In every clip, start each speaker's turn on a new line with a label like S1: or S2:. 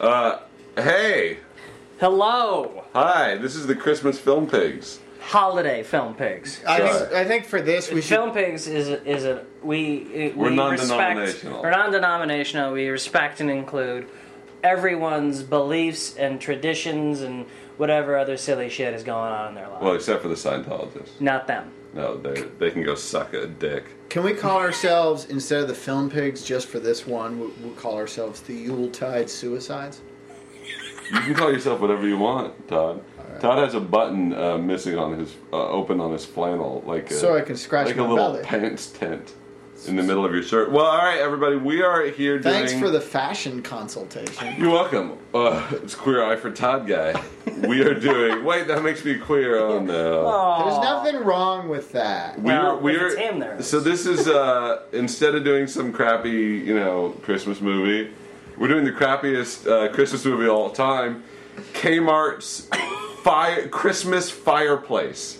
S1: Uh, hey,
S2: Hello,
S1: hi. This is the Christmas Film Pigs.
S2: holiday film pigs.
S3: I
S1: Sure.
S3: think, I think for this we should.
S2: film pigs is is a we
S1: We're
S2: we
S1: non-denominational.
S2: Respect, we're non-denominational. We respect and include everyone's beliefs and traditions and whatever other silly shit is going on in their life.
S1: Well, except for the Scientologists.
S2: Not them.
S1: No, they they can go suck a dick.
S3: Can we call ourselves instead of the film pigs just for this one? we- We'll call ourselves the Yuletide Suicides.
S1: You can call yourself whatever you want, Todd. Todd has a button uh, missing on his uh, open on his flannel, like a,
S3: So I can scratch
S1: like a
S3: my
S1: little
S3: belly.
S1: pants tent in the middle of your shirt. Well, all right, everybody, we are here.
S3: Thanks
S1: doing-
S3: for the fashion consultation.
S1: You're welcome. Uh, it's queer eye for Todd guy. We are doing. Wait, that makes me queer. Oh no.
S3: There's nothing wrong with that.
S1: We
S2: Well,
S1: were- we
S2: if
S1: were-
S2: it's him, there is.
S1: So this is uh, instead of doing some crappy, you know, Christmas movie, we're doing the crappiest uh, Christmas movie of all time. Kmart's fire Christmas fireplace.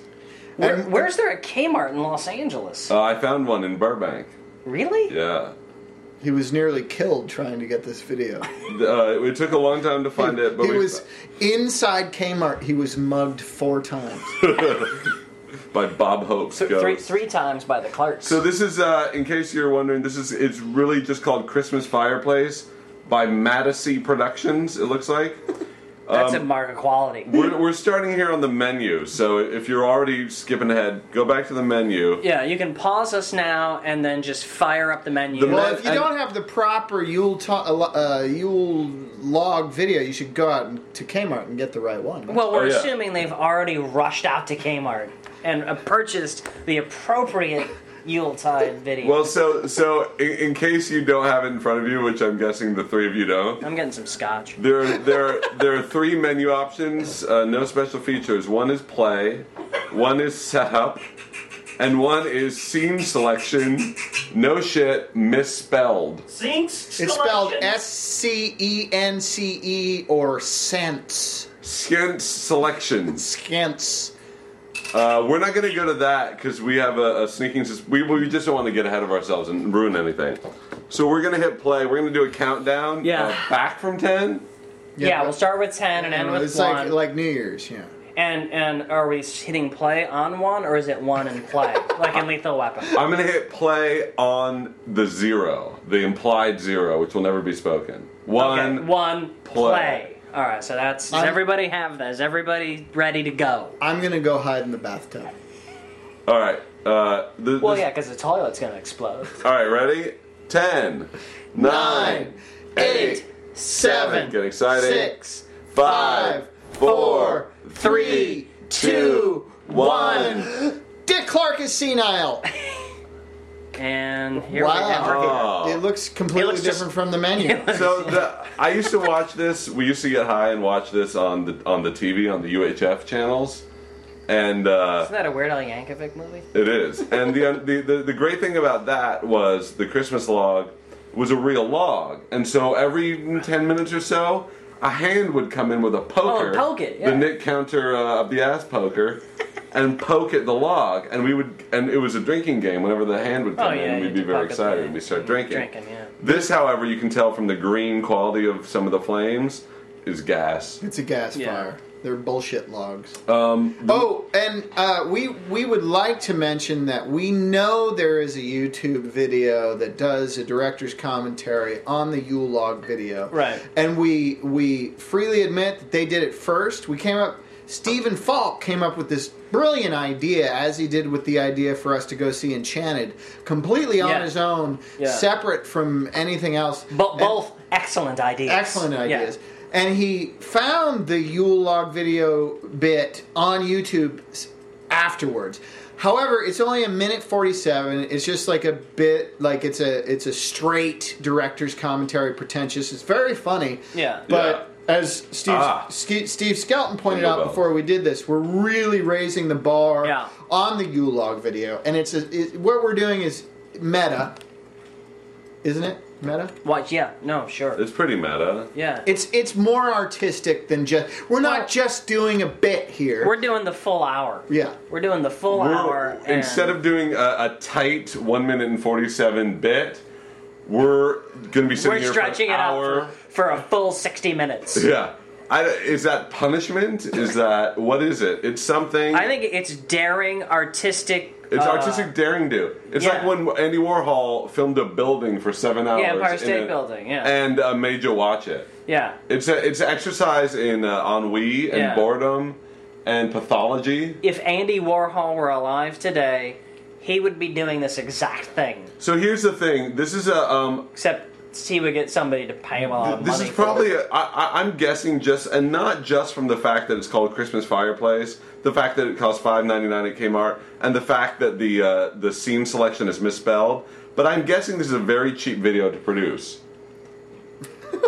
S2: Where,
S3: And-
S2: where's there a Kmart in Los Angeles?
S1: Uh, I found one in Burbank.
S2: really?
S1: Yeah.
S3: He was nearly killed trying to get this video.
S1: Uh, it took a long time to find it, but
S3: he
S1: we
S3: was inside Kmart. He was mugged four times.
S1: by Bob Hope's
S2: Th-
S1: ghost.
S2: three three times by the clerks.
S1: So this is, uh, in case you're wondering, this is it's really just called Christmas Fireplace by Mattisy Productions. It looks like
S2: That's
S1: um,
S2: a mark of quality.
S1: we're, we're starting here on the menu. So if you're already skipping ahead, go back to the menu.
S2: Yeah, you can pause us now and then just fire up the menu.
S1: The
S3: Well,
S1: And-
S3: if you
S1: and-
S3: don't have the proper Yule, to- uh, Yule log video, you should go out and- to Kmart and get the right one.
S2: Well, we're
S1: Oh, yeah.
S2: assuming they've already rushed out to Kmart and uh, purchased the appropriate Yuletide video.
S1: Well, so so in, in case you don't have it in front of you, which I'm guessing the three of you don't.
S2: I'm getting some scotch.
S1: There, are- there, are- there are three menu options. Uh, no special features. One is play, one is setup, and one is scene selection. No shit, misspelled.
S2: Zinks.
S3: it's spelled S C E N C E or sense.
S1: Scant selections.
S3: Scants.
S1: Uh, we're not going to go to that because we have a, a sneaking. sus- We, we just don't want to get ahead of ourselves and ruin anything. So we're going to hit play. We're going to do a countdown.
S2: Yeah.
S1: uh, back from ten.
S2: Yeah, we'll start with ten and end with
S3: Uh, It's
S2: one.
S3: like like New Year's, yeah.
S2: and and are we hitting play on one or is it one and play like in Lethal Weapon?
S1: I'm going to hit play on the zero, the implied zero, which will never be spoken. One.
S2: Okay, one
S1: play.
S2: play. All right, so that's. Does
S3: I'm-
S2: everybody have that? Is everybody ready to go?
S3: I'm gonna go hide in the bathtub.
S1: All right. Uh, the,
S2: Well,
S1: this-
S2: yeah, because the toilet's gonna explode.
S1: All right. Ready? Ten. Nine.
S3: Nine, eight, seven,
S1: Get excited.
S3: six,
S1: Five. Four.
S3: four, three, two,
S1: one.
S3: one. Dick Clark is senile.
S2: And here
S3: Wow.
S1: Oh.
S3: It looks completely
S2: It looks just-
S3: different from the menu.
S1: So the, I used to watch this. We used to get high and watch this on the on the TV on the UHF channels, and uh,
S2: Isn't that a Weird Al Yankovic movie?
S1: it is. And the, the the the great thing about that was the Christmas log was a real log, and so every ten minutes or so, a hand would come in with a poker,
S2: Oh, poke it,
S1: the
S2: yeah.
S1: Nick Counter uh, of the ass poker. And poke at the log, and we would, and it was a drinking game. Whenever the hand would come
S2: Oh, yeah,
S1: in,
S2: you
S1: we'd be
S2: could
S1: very
S2: poke at the
S1: excited, and
S2: hand.
S1: we start drinking.
S2: Drinking, yeah.
S1: This, however, you can tell from the green quality of some of the flames is gas.
S3: It's a gas
S2: Yeah.
S3: fire. They're bullshit logs.
S1: Um,
S2: Mm-hmm.
S3: oh, and uh, we we would like to mention that we know there is a YouTube video that does a director's commentary on the Yule log video.
S2: Right.
S3: And we we freely admit that they did it first. We came up. Stephen Falk came up with this brilliant idea, as he did with the idea for us to go see Enchanted, completely on
S2: Yeah.
S3: his own,
S2: Yeah.
S3: separate from anything else.
S2: But
S3: And-
S2: both excellent ideas.
S3: excellent
S2: Yeah.
S3: ideas. And he found the Yule log video bit on YouTube s- afterwards. However, it's only a minute forty-seven. It's just like a bit, like it's a it's a straight director's commentary, pretentious. It's very funny.
S2: Yeah.
S3: But as Steve
S1: Ah.
S3: Ske- Steve Skelton pointed
S1: Jingle
S3: out
S1: bell.
S3: before we did this, we're really raising the bar
S2: Yeah.
S3: on the Yule log video, and it's a, it, what we're doing is meta, isn't it? Meta.
S2: What? Yeah. No. Sure.
S1: It's pretty meta.
S2: yeah.
S3: It's it's more artistic than just. We're not
S2: Well-
S3: just doing a bit here.
S2: We're doing the full hour.
S3: yeah.
S2: We're doing the full
S1: We're-
S2: hour.
S1: instead
S2: and-
S1: of doing a, a tight one minute and forty seven bit, We're gonna be sitting
S2: We're
S1: here
S2: stretching
S1: for
S2: it
S1: an
S2: out
S1: hour.
S2: for, for a full 60 minutes.
S1: Yeah. I, is that punishment? Is that what is it? It's something.
S2: I think it's daring, artistic.
S1: it's
S2: uh,
S1: artistic daring do. It's like
S2: yeah.
S1: when Andy Warhol filmed a building for seven hours.
S2: Empire
S1: in
S2: State
S1: a-
S2: Building, yeah.
S1: And uh, made you watch it.
S2: Yeah.
S1: It's a, it's exercise in uh, ennui and
S2: Yeah.
S1: boredom and pathology.
S2: If Andy Warhol were alive today, he would be doing this exact thing.
S1: So here's the thing. This is a um,
S2: Except he would get somebody to pay him a lot of
S1: This
S2: money
S1: is
S2: for it.
S1: probably, I I, I, I'm guessing, just and not just from the fact that it's called Christmas Fireplace, the fact that it costs five ninety nine at Kmart, and the fact that the uh, the scene selection is misspelled. But I'm guessing this is a very cheap video to produce.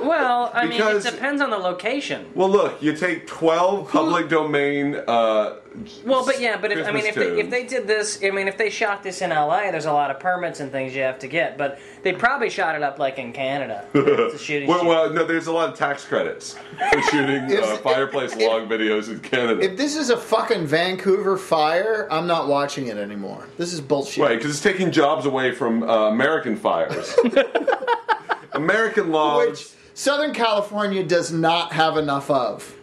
S2: Well, I mean, it
S1: Because-
S2: depends on the location.
S1: Well, look, you take twelve public domain. Uh,
S2: Well, but yeah, but if, I mean,
S1: Christmas
S2: if they, if
S1: tunes.
S2: they did this, I mean, if they shot this in LA, there's a lot of permits and things you have to get, but they probably shot it up like in Canada. it's a shooting.
S1: Well,
S2: shoot.
S1: well, no, there's a lot of tax credits for shooting uh,
S3: If-
S1: fireplace log videos in Canada.
S3: If this is a fucking Vancouver fire, I'm not watching it anymore. This is bullshit.
S1: Right, because it's taking jobs away from uh, American fires. American
S3: Which
S1: logs.
S3: Southern California does not have enough of.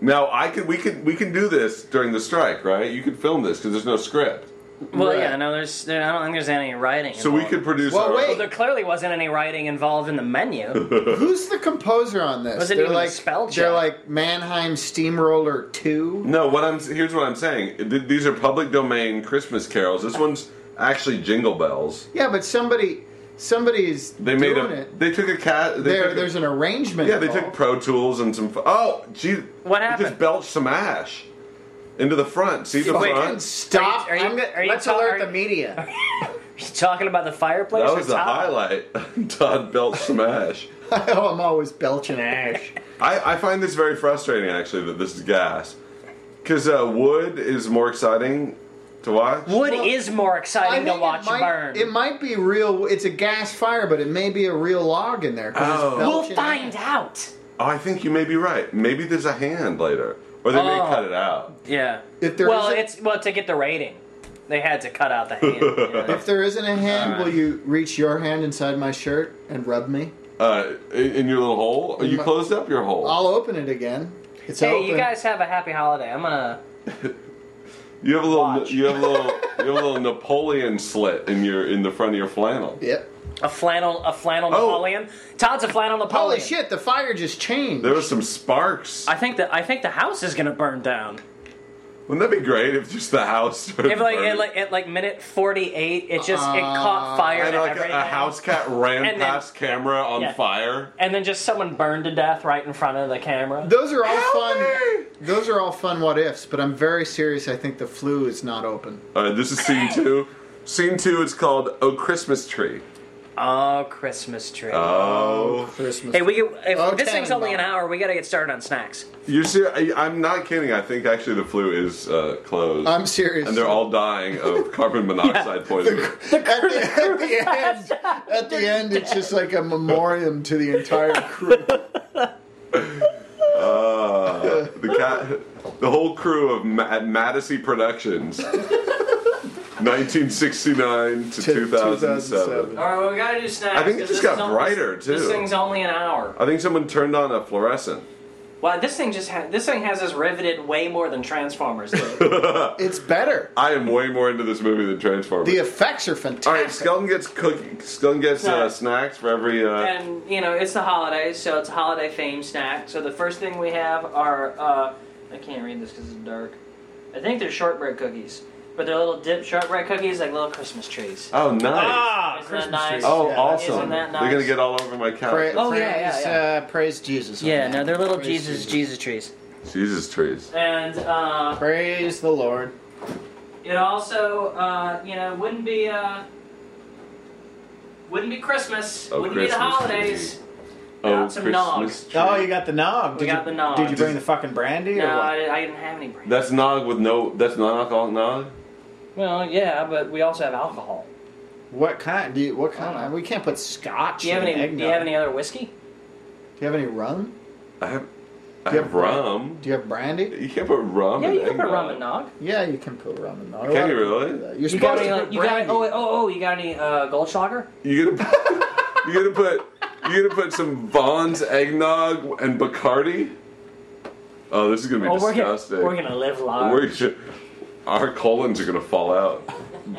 S1: Now I could, we could, we can do this during the strike, right? You could film this because there's no script,
S2: Well,
S3: Right.
S2: yeah, no, there's. There, I don't think there's any writing.
S1: so we
S2: involved.
S1: could produce.
S3: Well,
S1: our
S3: wait.
S2: There clearly wasn't any writing involved in the menu.
S3: Who's the composer on this?
S2: Wasn't
S3: they're
S2: even a
S3: like
S2: spell check.
S3: they're like Mannheim Steamroller Two.
S1: No, what I'm here's what I'm saying. Th- These are public domain Christmas carols. This one's actually Jingle Bells.
S3: Yeah, but somebody somebody's
S1: They made
S3: doing
S1: a.
S3: it.
S1: They took a cat. They
S3: There,
S1: took a-
S3: there's an arrangement.
S1: yeah, they
S3: involved.
S1: took Pro Tools and some. f- Oh, gee,
S2: What
S1: it
S2: happened?
S1: Just belched some ash into the front. See the
S2: Wait,
S1: front.
S3: Stop!
S2: Are you- are you-
S3: I'm gonna-
S2: are you
S3: let's
S2: ta-
S3: alert
S2: are
S3: the
S2: you-
S3: media.
S2: You talking about the fireplace.
S1: That
S2: or
S1: was the
S2: Tahoe?
S1: highlight. Todd belched some ash.
S3: oh, I'm always belching ash.
S1: I, I find this very frustrating, actually, that this is gas. Because uh, wood is more exciting to watch.
S2: Wood
S3: Well,
S2: is more exciting to
S3: think
S2: watch
S3: it might,
S2: burn.
S3: It might be real. It's a gas fire, but it may be a real log in there. 'cause
S1: Oh.
S3: it's
S2: we'll
S3: belching
S2: find
S3: ash.
S2: out.
S1: Oh, I think you may be right. Maybe there's a hand later. Or they may
S2: Oh.
S1: cut it out.
S2: Yeah.
S3: If there
S2: well,
S3: isn't-
S2: it's well to get the rating, they had to cut out the hand. you know?
S3: If there isn't a hand,
S2: Alright.
S3: will you reach your hand inside my shirt and rub me?
S1: Uh, in, in your little hole? You
S3: My-
S1: closed up your hole.
S3: I'll open it again. It's
S2: hey,
S3: open.
S2: you guys have a happy holiday. I'm gonna.
S1: you have a little
S2: Watch.
S1: you have a little you have a little Napoleon slit in your in the front of your flannel.
S3: Yep.
S2: A flannel, a flannel
S1: Oh.
S2: Napoleon. Todd's a flannel Napoleon.
S3: Holy shit! The fire just changed.
S1: There was some sparks.
S2: I think that I think the house is gonna burn down.
S1: Wouldn't that be great if just the house started
S2: If like at
S1: burning?
S2: like at like minute forty eight, it just it caught fire
S1: and
S2: and
S1: Uh, like a,
S2: everything.
S1: a house cat ran
S2: And then-
S1: past camera on
S2: Yeah.
S1: fire.
S2: And then just someone burned to death right in front of the camera.
S3: Those are all
S1: Help
S3: fun.
S1: me!
S3: Those are all fun what ifs, but I'm very serious. I think the flu is not open.
S1: All right, this is scene two. Scene two is called "Oh Christmas Tree."
S2: oh, Christmas tree.
S1: Oh,
S3: Christmas.
S2: hey, we get, if
S3: Oh,
S2: this thing's only an
S3: Tannenbaum.
S2: hour. We gotta get started on snacks.
S1: you see, I, I'm not kidding. I think actually the flu is uh, closed,
S3: I'm serious.
S1: and they're all dying of carbon monoxide poisoning.
S3: at the, at the end. At the end, it's just like a memoriam to the entire crew.
S1: Uh, the cat, the whole crew of Ma- at Madison Productions, 1969 to, 2007.
S2: All right, well, we gotta do snacks.
S1: I think it
S2: 'cause
S1: just
S2: this
S1: got
S2: is al-
S1: brighter,
S2: this-
S1: too.
S2: This thing's only an hour.
S1: I think someone turned on a fluorescent.
S2: Well, this thing just ha- this thing has us riveted way more than Transformers. did.
S3: It's better.
S1: I am way more into this movie than Transformers.
S3: The effects are
S1: All right,
S3: fantastic.
S1: Skeleton gets cookie. Skeleton gets uh,
S2: Snacks.
S1: snacks for every. Uh,
S2: and you know it's the holidays, so it's a holiday themed snack. So the first thing we have are uh, I can't read this because it's dark. I think they're shortbread cookies, but they're little dip shortbread cookies like little Christmas trees.
S1: oh, nice.
S3: Ah,
S2: Isn't that
S3: Christmas
S2: nice?
S3: trees.
S1: Oh,
S3: Yeah,
S1: awesome!
S2: Isn't that nice?
S1: They're gonna get all over my couch.
S3: Pra-
S2: Oh,
S3: praise,
S2: yeah, yeah, yeah.
S3: Uh, praise Jesus. on
S2: yeah,
S3: that.
S2: no, they're little
S3: Praise
S2: Jesus Jesus trees.
S1: Jesus trees.
S2: And uh,
S3: Praise the Lord.
S2: it also uh, you know wouldn't be uh, wouldn't be Christmas,
S1: Oh,
S2: wouldn't be the
S1: Christmas
S2: holidays.
S1: tree. Oh,
S2: Got some nog.
S1: tree.
S3: Oh, you got the nog.
S2: We
S3: Did
S2: got
S3: you,
S2: the nog.
S3: Did you bring the fucking brandy or
S2: No,
S3: what?
S2: I, didn't- I didn't have any brandy.
S1: That's nog with no. That's non-alcoholic nog.
S2: Well, yeah, but we also have alcohol.
S3: What kind? Do you, what kind?
S2: I don't know.
S3: we can't put scotch.
S2: Oh. Do you have
S3: in
S2: any?
S3: eggnog.
S2: Do you have any other whiskey?
S3: Do you have any rum?
S1: I have. I
S3: Do you
S1: have
S3: have-
S1: rum.
S3: Do you have brandy?
S1: You can't put rum
S2: Yeah,
S1: in
S2: you can put
S1: eggnog.
S2: rum and nog.
S3: Yeah, you can put rum in there.
S1: Can you really?
S3: You're
S2: You got
S3: supposed
S2: any?
S3: to
S2: Like,
S3: put
S2: you got
S3: brandy.
S2: oh, wait, oh oh you got any uh, Goldschlager?
S1: You gonna you gonna put you gonna put some Vaughn's eggnog and Bacardi? Oh, this is gonna be
S2: Oh, we're gonna,
S1: disgusting.
S2: we're gonna live
S1: We
S2: large.
S1: should- our colons are gonna fall out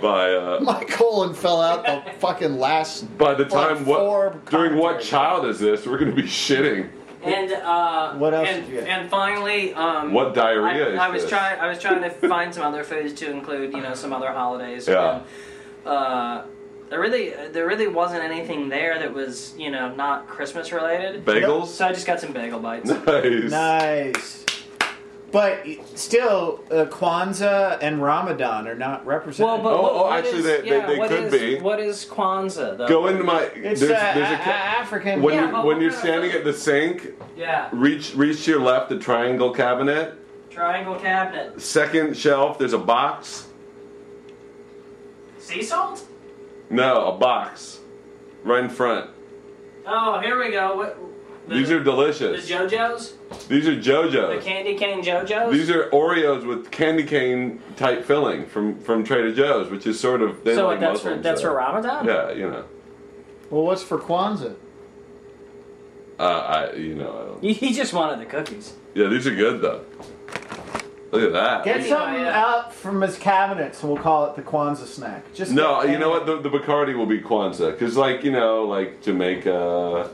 S1: by uh,
S3: My colon fell out the fucking last.
S1: by the time
S3: Like four
S1: what during what
S3: commentaries.
S1: child is this? We're gonna be shitting.
S2: And uh,
S3: What else
S2: And,
S3: did you get?
S2: and finally, um,
S1: What diarrhea
S2: I,
S1: is
S2: I was
S1: this?
S2: trying. I was trying to find some other foods to include. You know, some other holidays.
S1: Yeah.
S2: And, uh, there really, there really wasn't anything there that was, you know, not Christmas related.
S1: Bagels.
S2: So I just got some bagel bites.
S1: Nice.
S3: Nice. But still, uh, Kwanzaa and Ramadan are not represented.
S2: Well, but
S1: Oh,
S2: what-
S1: oh,
S2: what
S1: actually,
S2: is-
S1: they- they-
S2: yeah,
S1: they
S2: what
S1: could
S2: is-
S1: be.
S2: What is Kwanzaa though?
S1: Go into my.
S3: it's
S1: there's,
S3: uh,
S1: there's
S3: a-
S1: a,
S3: a- African.
S1: when
S2: Yeah,
S1: you,
S2: but
S1: when
S2: what
S1: you're
S2: kind of
S1: standing
S2: food?
S1: at the sink,
S2: Yeah,
S1: reach reach to your left the triangle cabinet.
S2: triangle cabinet.
S1: Second shelf, there's a box.
S2: Sea salt?
S1: No, a box, right in front.
S2: Oh, here we go. What, the,
S1: These are
S2: the
S1: delicious.
S2: JoJo's,
S1: These are
S2: the
S1: JoJo's.
S2: candy cane JoJo's.
S1: Uh, These are Oreos with candy cane type filling from from Trader Joe's, which is sort of they
S2: so
S1: like
S2: what, that's for
S1: Muslims,
S2: that's
S1: so.
S2: for Ramadan.
S1: Yeah, you know,
S3: well, what's for Kwanzaa?
S1: uh, I you know, I don't.
S2: He, he just wanted the cookies.
S1: Yeah, these are good though. Look at that.
S3: Get
S2: Yeah,
S3: something
S2: yeah.
S3: out from his cabinets, and we'll call it the Kwanzaa snack. Just
S1: No,
S3: get
S1: you know what? The, the Bacardi will be Kwanzaa because, like, you know, like Jamaica.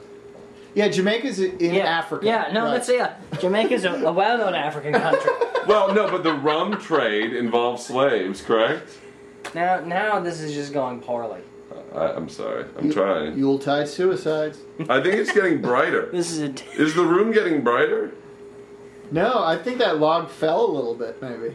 S3: Yeah, Jamaica's in Africa.
S2: Yeah, no,
S3: right.
S2: that's yeah. Jamaica's a, a well-known African country.
S1: Well, no, but the rum trade involves slaves, correct?
S2: now, now this is just going poorly.
S1: I, I'm sorry, I'm trying.
S3: Yuletide suicides.
S1: I think it's getting brighter.
S2: This is a
S1: Is the room getting brighter?
S3: No, I think that log fell a little bit, maybe.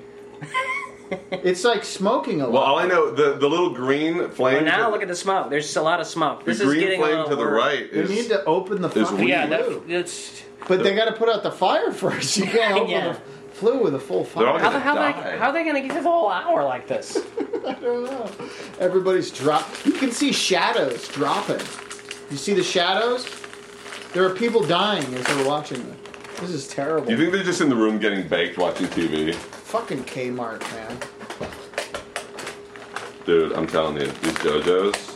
S3: it's like smoking a
S1: Well,
S3: lot.
S1: all I know the the little green flame.
S2: well, now look at the smoke. There's just a lot of smoke.
S1: the
S2: This is
S1: green
S2: getting a
S1: flame
S2: little
S1: to the
S2: worse.
S1: right. Is,
S3: we need to open the
S1: There's
S3: fucking
S1: weed.
S2: Yeah,
S3: flue.
S2: that, that's.
S3: But they got to put out the fire first. You can't open
S2: Yeah.
S3: the flue with a full
S1: They're all
S2: How,
S3: fire.
S1: gonna-
S2: the- how, they,
S1: die.
S2: how are they gonna get through the whole hour like this?
S3: I don't know. Everybody's drop. You can see shadows dropping. You see the shadows? There are people dying as they're watching this. This is terrible.
S1: You think they're just in the room getting baked watching TV?
S3: fucking Kmart, man.
S1: Dude, I'm telling you, these JoJo's.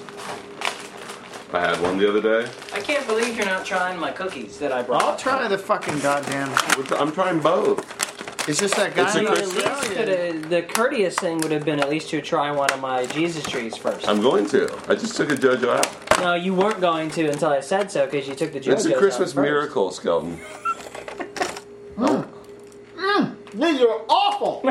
S1: I had one the other day.
S2: I can't believe you're not trying my cookies that I brought.
S3: I'll try the fucking goddamn.
S1: We're try- I'm trying both.
S3: It's just that guy.
S1: It's a
S3: in
S2: I mean, at
S1: Christmas-
S2: least
S3: Australia.
S2: the, the courteous thing would have been at least to try one of my Jesus trees first.
S1: I'm going to. I just took a JoJo out.
S2: no, you weren't going to until I said so because you took the
S1: It's
S2: JoJo's
S1: a
S2: out
S1: Christmas
S2: first.
S1: miracle, Skelton.
S3: These are awful.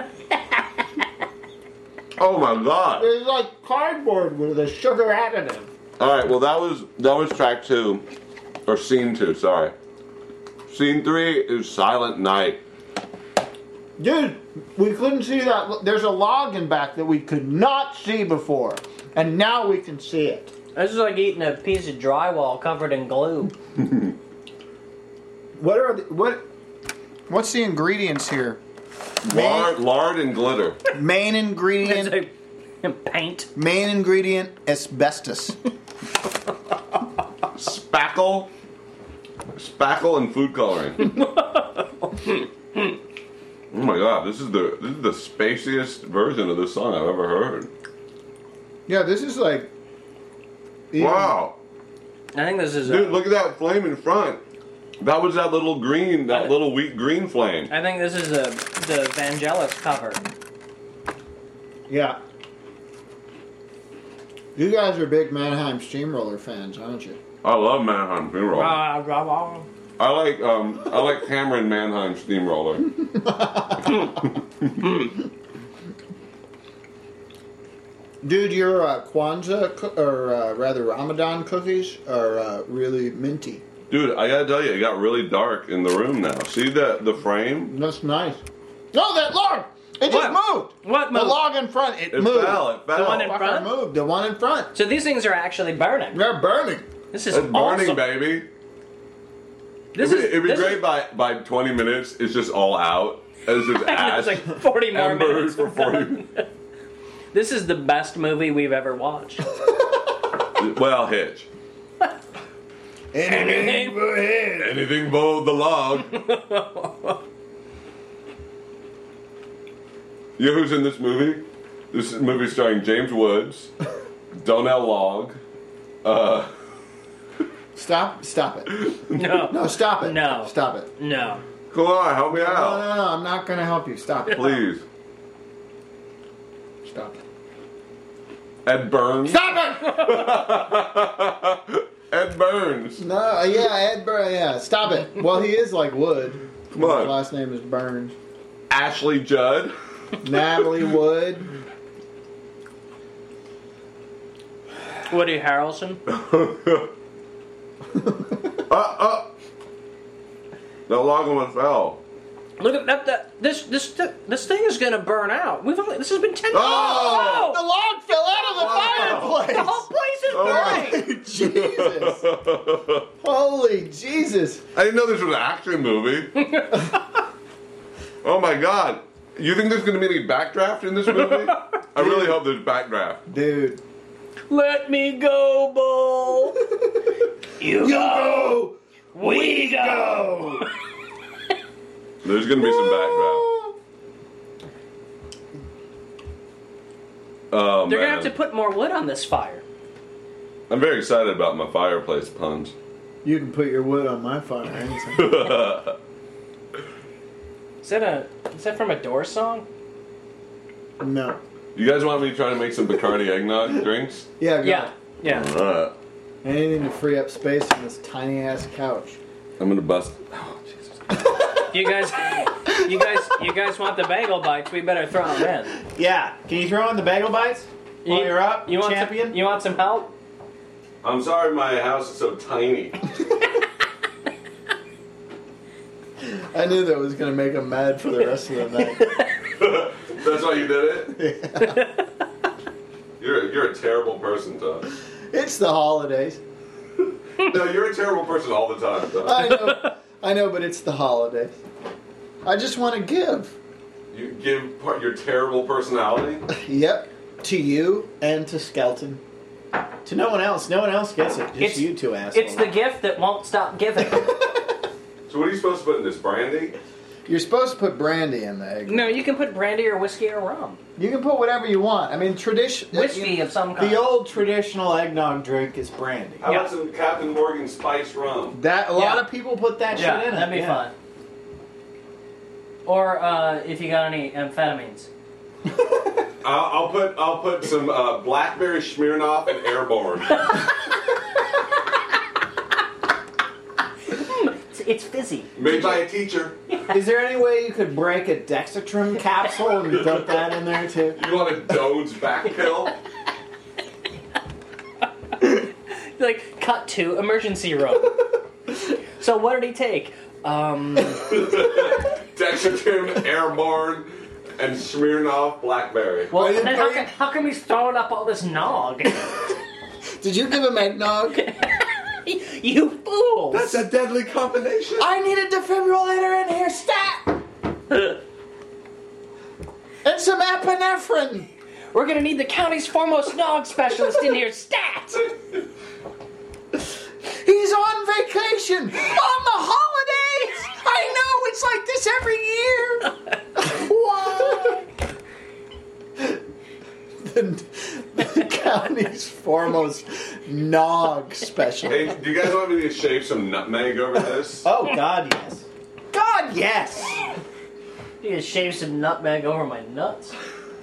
S1: Oh my god.
S3: They're like cardboard with a sugar additive.
S1: All right. Well, that was that was track two, or scene two. Sorry. Scene three is Silent Night.
S3: Dude, we couldn't see that. There's a log in back that we could not see before, and now we can see it.
S2: This is like eating a piece of drywall covered in glue.
S3: What are the, what? What's the ingredients here?
S1: Lard, lard and glitter.
S3: Main
S2: It's
S3: ingredient.
S2: like paint.
S3: Main ingredient: asbestos.
S1: Spackle. Spackle and food coloring. oh my god, this is the this is the spaciest version of this song I've ever heard.
S3: yeah, this is like.
S1: Wow.
S2: I think this is. A,
S1: Dude, look at that flame in front. That was that little green, that little weak green flame.
S2: I think this is a the Vangelis cover.
S3: Yeah. You guys are big Mannheim Steamroller fans, aren't you?
S1: I love Manheim Funeral.
S2: Ah, blah, blah.
S1: I like um I like Cameron Manheim Steamroller.
S3: Dude, your uh, Kwanzaa coo- or uh, rather Ramadan cookies are uh, really minty.
S1: Dude, I gotta tell you, it got really dark in the room now. See the the frame?
S3: That's nice. No, that log! It just
S2: What?
S3: moved!
S2: What
S3: The
S2: moved?
S3: log in front, it,
S1: It
S3: moved.
S1: fell. It fell.
S2: The one in
S3: Fucker
S2: front?
S3: moved. The one in front.
S2: So these things are actually burning.
S3: They're burning.
S2: This is
S1: it's burning,
S2: awesome.
S1: baby.
S2: This
S1: it'd
S2: is
S1: be, it'd be
S2: this
S1: great
S2: Is,
S1: by by 20 minutes. It's just all out. It's just ash.
S2: it's like forty more
S1: embers
S2: minutes.
S1: for 40.
S2: This is the best movie we've ever watched.
S1: well, Hitch.
S3: In the neighborhood.
S1: And Anything but the log. you know who's in this movie? This movie starring James Woods, Donnell Log. Uh,
S3: Stop! Stop it!
S2: No.
S3: No, stop it!
S2: No.
S3: stop it!
S2: No.
S1: come on, help me
S3: No, no,
S1: out,
S3: no! I'm not gonna help you. Stop it!
S1: please.
S3: Stop it!
S1: Ed Burns.
S3: Stop it!
S1: Ed Burns.
S3: No, uh, yeah, Ed Burns. Yeah, stop it. Well, he is like Wood.
S1: Come on.
S3: His last name is Burns.
S1: Ashley Judd.
S3: Natalie Wood.
S2: Woody Harrelson.
S1: Uh, The log one fell.
S2: Look at that. that this this this thing is gonna burn out. We've only this has been ten.
S1: Oh!
S3: The log fell out
S2: The
S3: of the
S2: whole
S3: fireplace.
S2: place is
S1: my-
S2: burning.
S3: Jesus! Holy Jesus!
S1: I didn't know this was an action movie. oh my god. You think there's gonna be any backdraft in this movie? I really hope there's backdraft.
S3: Dude.
S2: Let me go, bull. you,
S3: go!
S2: We go.
S1: There's gonna be some backdraft. Oh, man.
S2: They're gonna have to put more wood on this fire.
S1: I'm very excited about my fireplace puns.
S3: You can put your wood on my fire. anytime.
S2: Is that a is that from a Door song?
S3: no.
S1: You guys want me to try to make some Bacardi eggnog drinks?
S3: Yeah, go.
S2: Yeah, yeah.
S1: Alright.
S3: Anything to free up space on this tiny ass couch.
S1: I'm gonna bust. Oh, Jesus.
S2: You guys, you guys, you guys want the bagel bites? We better throw them in.
S4: Yeah. Can you throw in the bagel bites while you're up,
S2: You want
S4: champion?
S2: Some, you want some help?
S1: I'm sorry my house is so tiny.
S3: I knew that was gonna make him mad for the rest of the night.
S1: That's why you did it? You're a, you're a terrible person, Todd.
S3: It's the holidays.
S1: No, you're a terrible person all the time, Todd.
S3: I know, I know, but it's the holidays. I just want to give.
S1: You give part your terrible personality.
S3: Yep, to you and to Skelton.
S4: To no one else. No one else gets it. Just
S2: It's-
S4: you two assholes.
S2: It's the gift that won't stop giving.
S1: So what are you supposed to put in this brandy?
S3: You're supposed to put brandy in the egg.
S2: no, you can put brandy or whiskey or rum,
S3: You can put whatever you want. I mean, tradition.
S2: whiskey of some kind.
S4: The old traditional eggnog drink is brandy.
S1: How
S2: Yeah.
S1: about some Captain Morgan spice rum?
S3: That a lot
S2: Yeah.
S3: of people.
S4: People put that
S2: yeah,
S4: shit in it.
S2: that'd be
S4: yeah.
S2: fun. Or uh, if you got any amphetamines.
S1: I'll, I'll put I'll put some uh, blackberry Smirnoff and Airborne.
S2: It's, it's fizzy.
S1: Made by a teacher.
S4: Is there any way you could break a dexatrim capsule and dump that in there too?
S1: You want a Doan's back pill?
S2: Like cut to emergency room. so what did he take? Um,
S1: Dexatrim Airborne and Smirnoff Blackberry.
S2: well,
S3: did-
S2: then
S3: why
S2: how,
S3: did-
S2: can, how come he's throwing up all this nog?
S3: Did you give him eggnog?
S2: you fools!
S1: That's a deadly combination.
S4: I need a defibrillator in here, stat!
S3: and some epinephrine.
S2: We're gonna need the county's foremost nog specialist in here. Stat!
S3: He's on vacation on the holidays. I know it's like this every year. Why? the, the county's foremost nog special.
S1: Hey, do you guys want me to shave some nutmeg over this?
S4: Oh god, yes.
S3: God, yeah.
S4: Yes!
S2: You gonna shave some nutmeg over my nuts?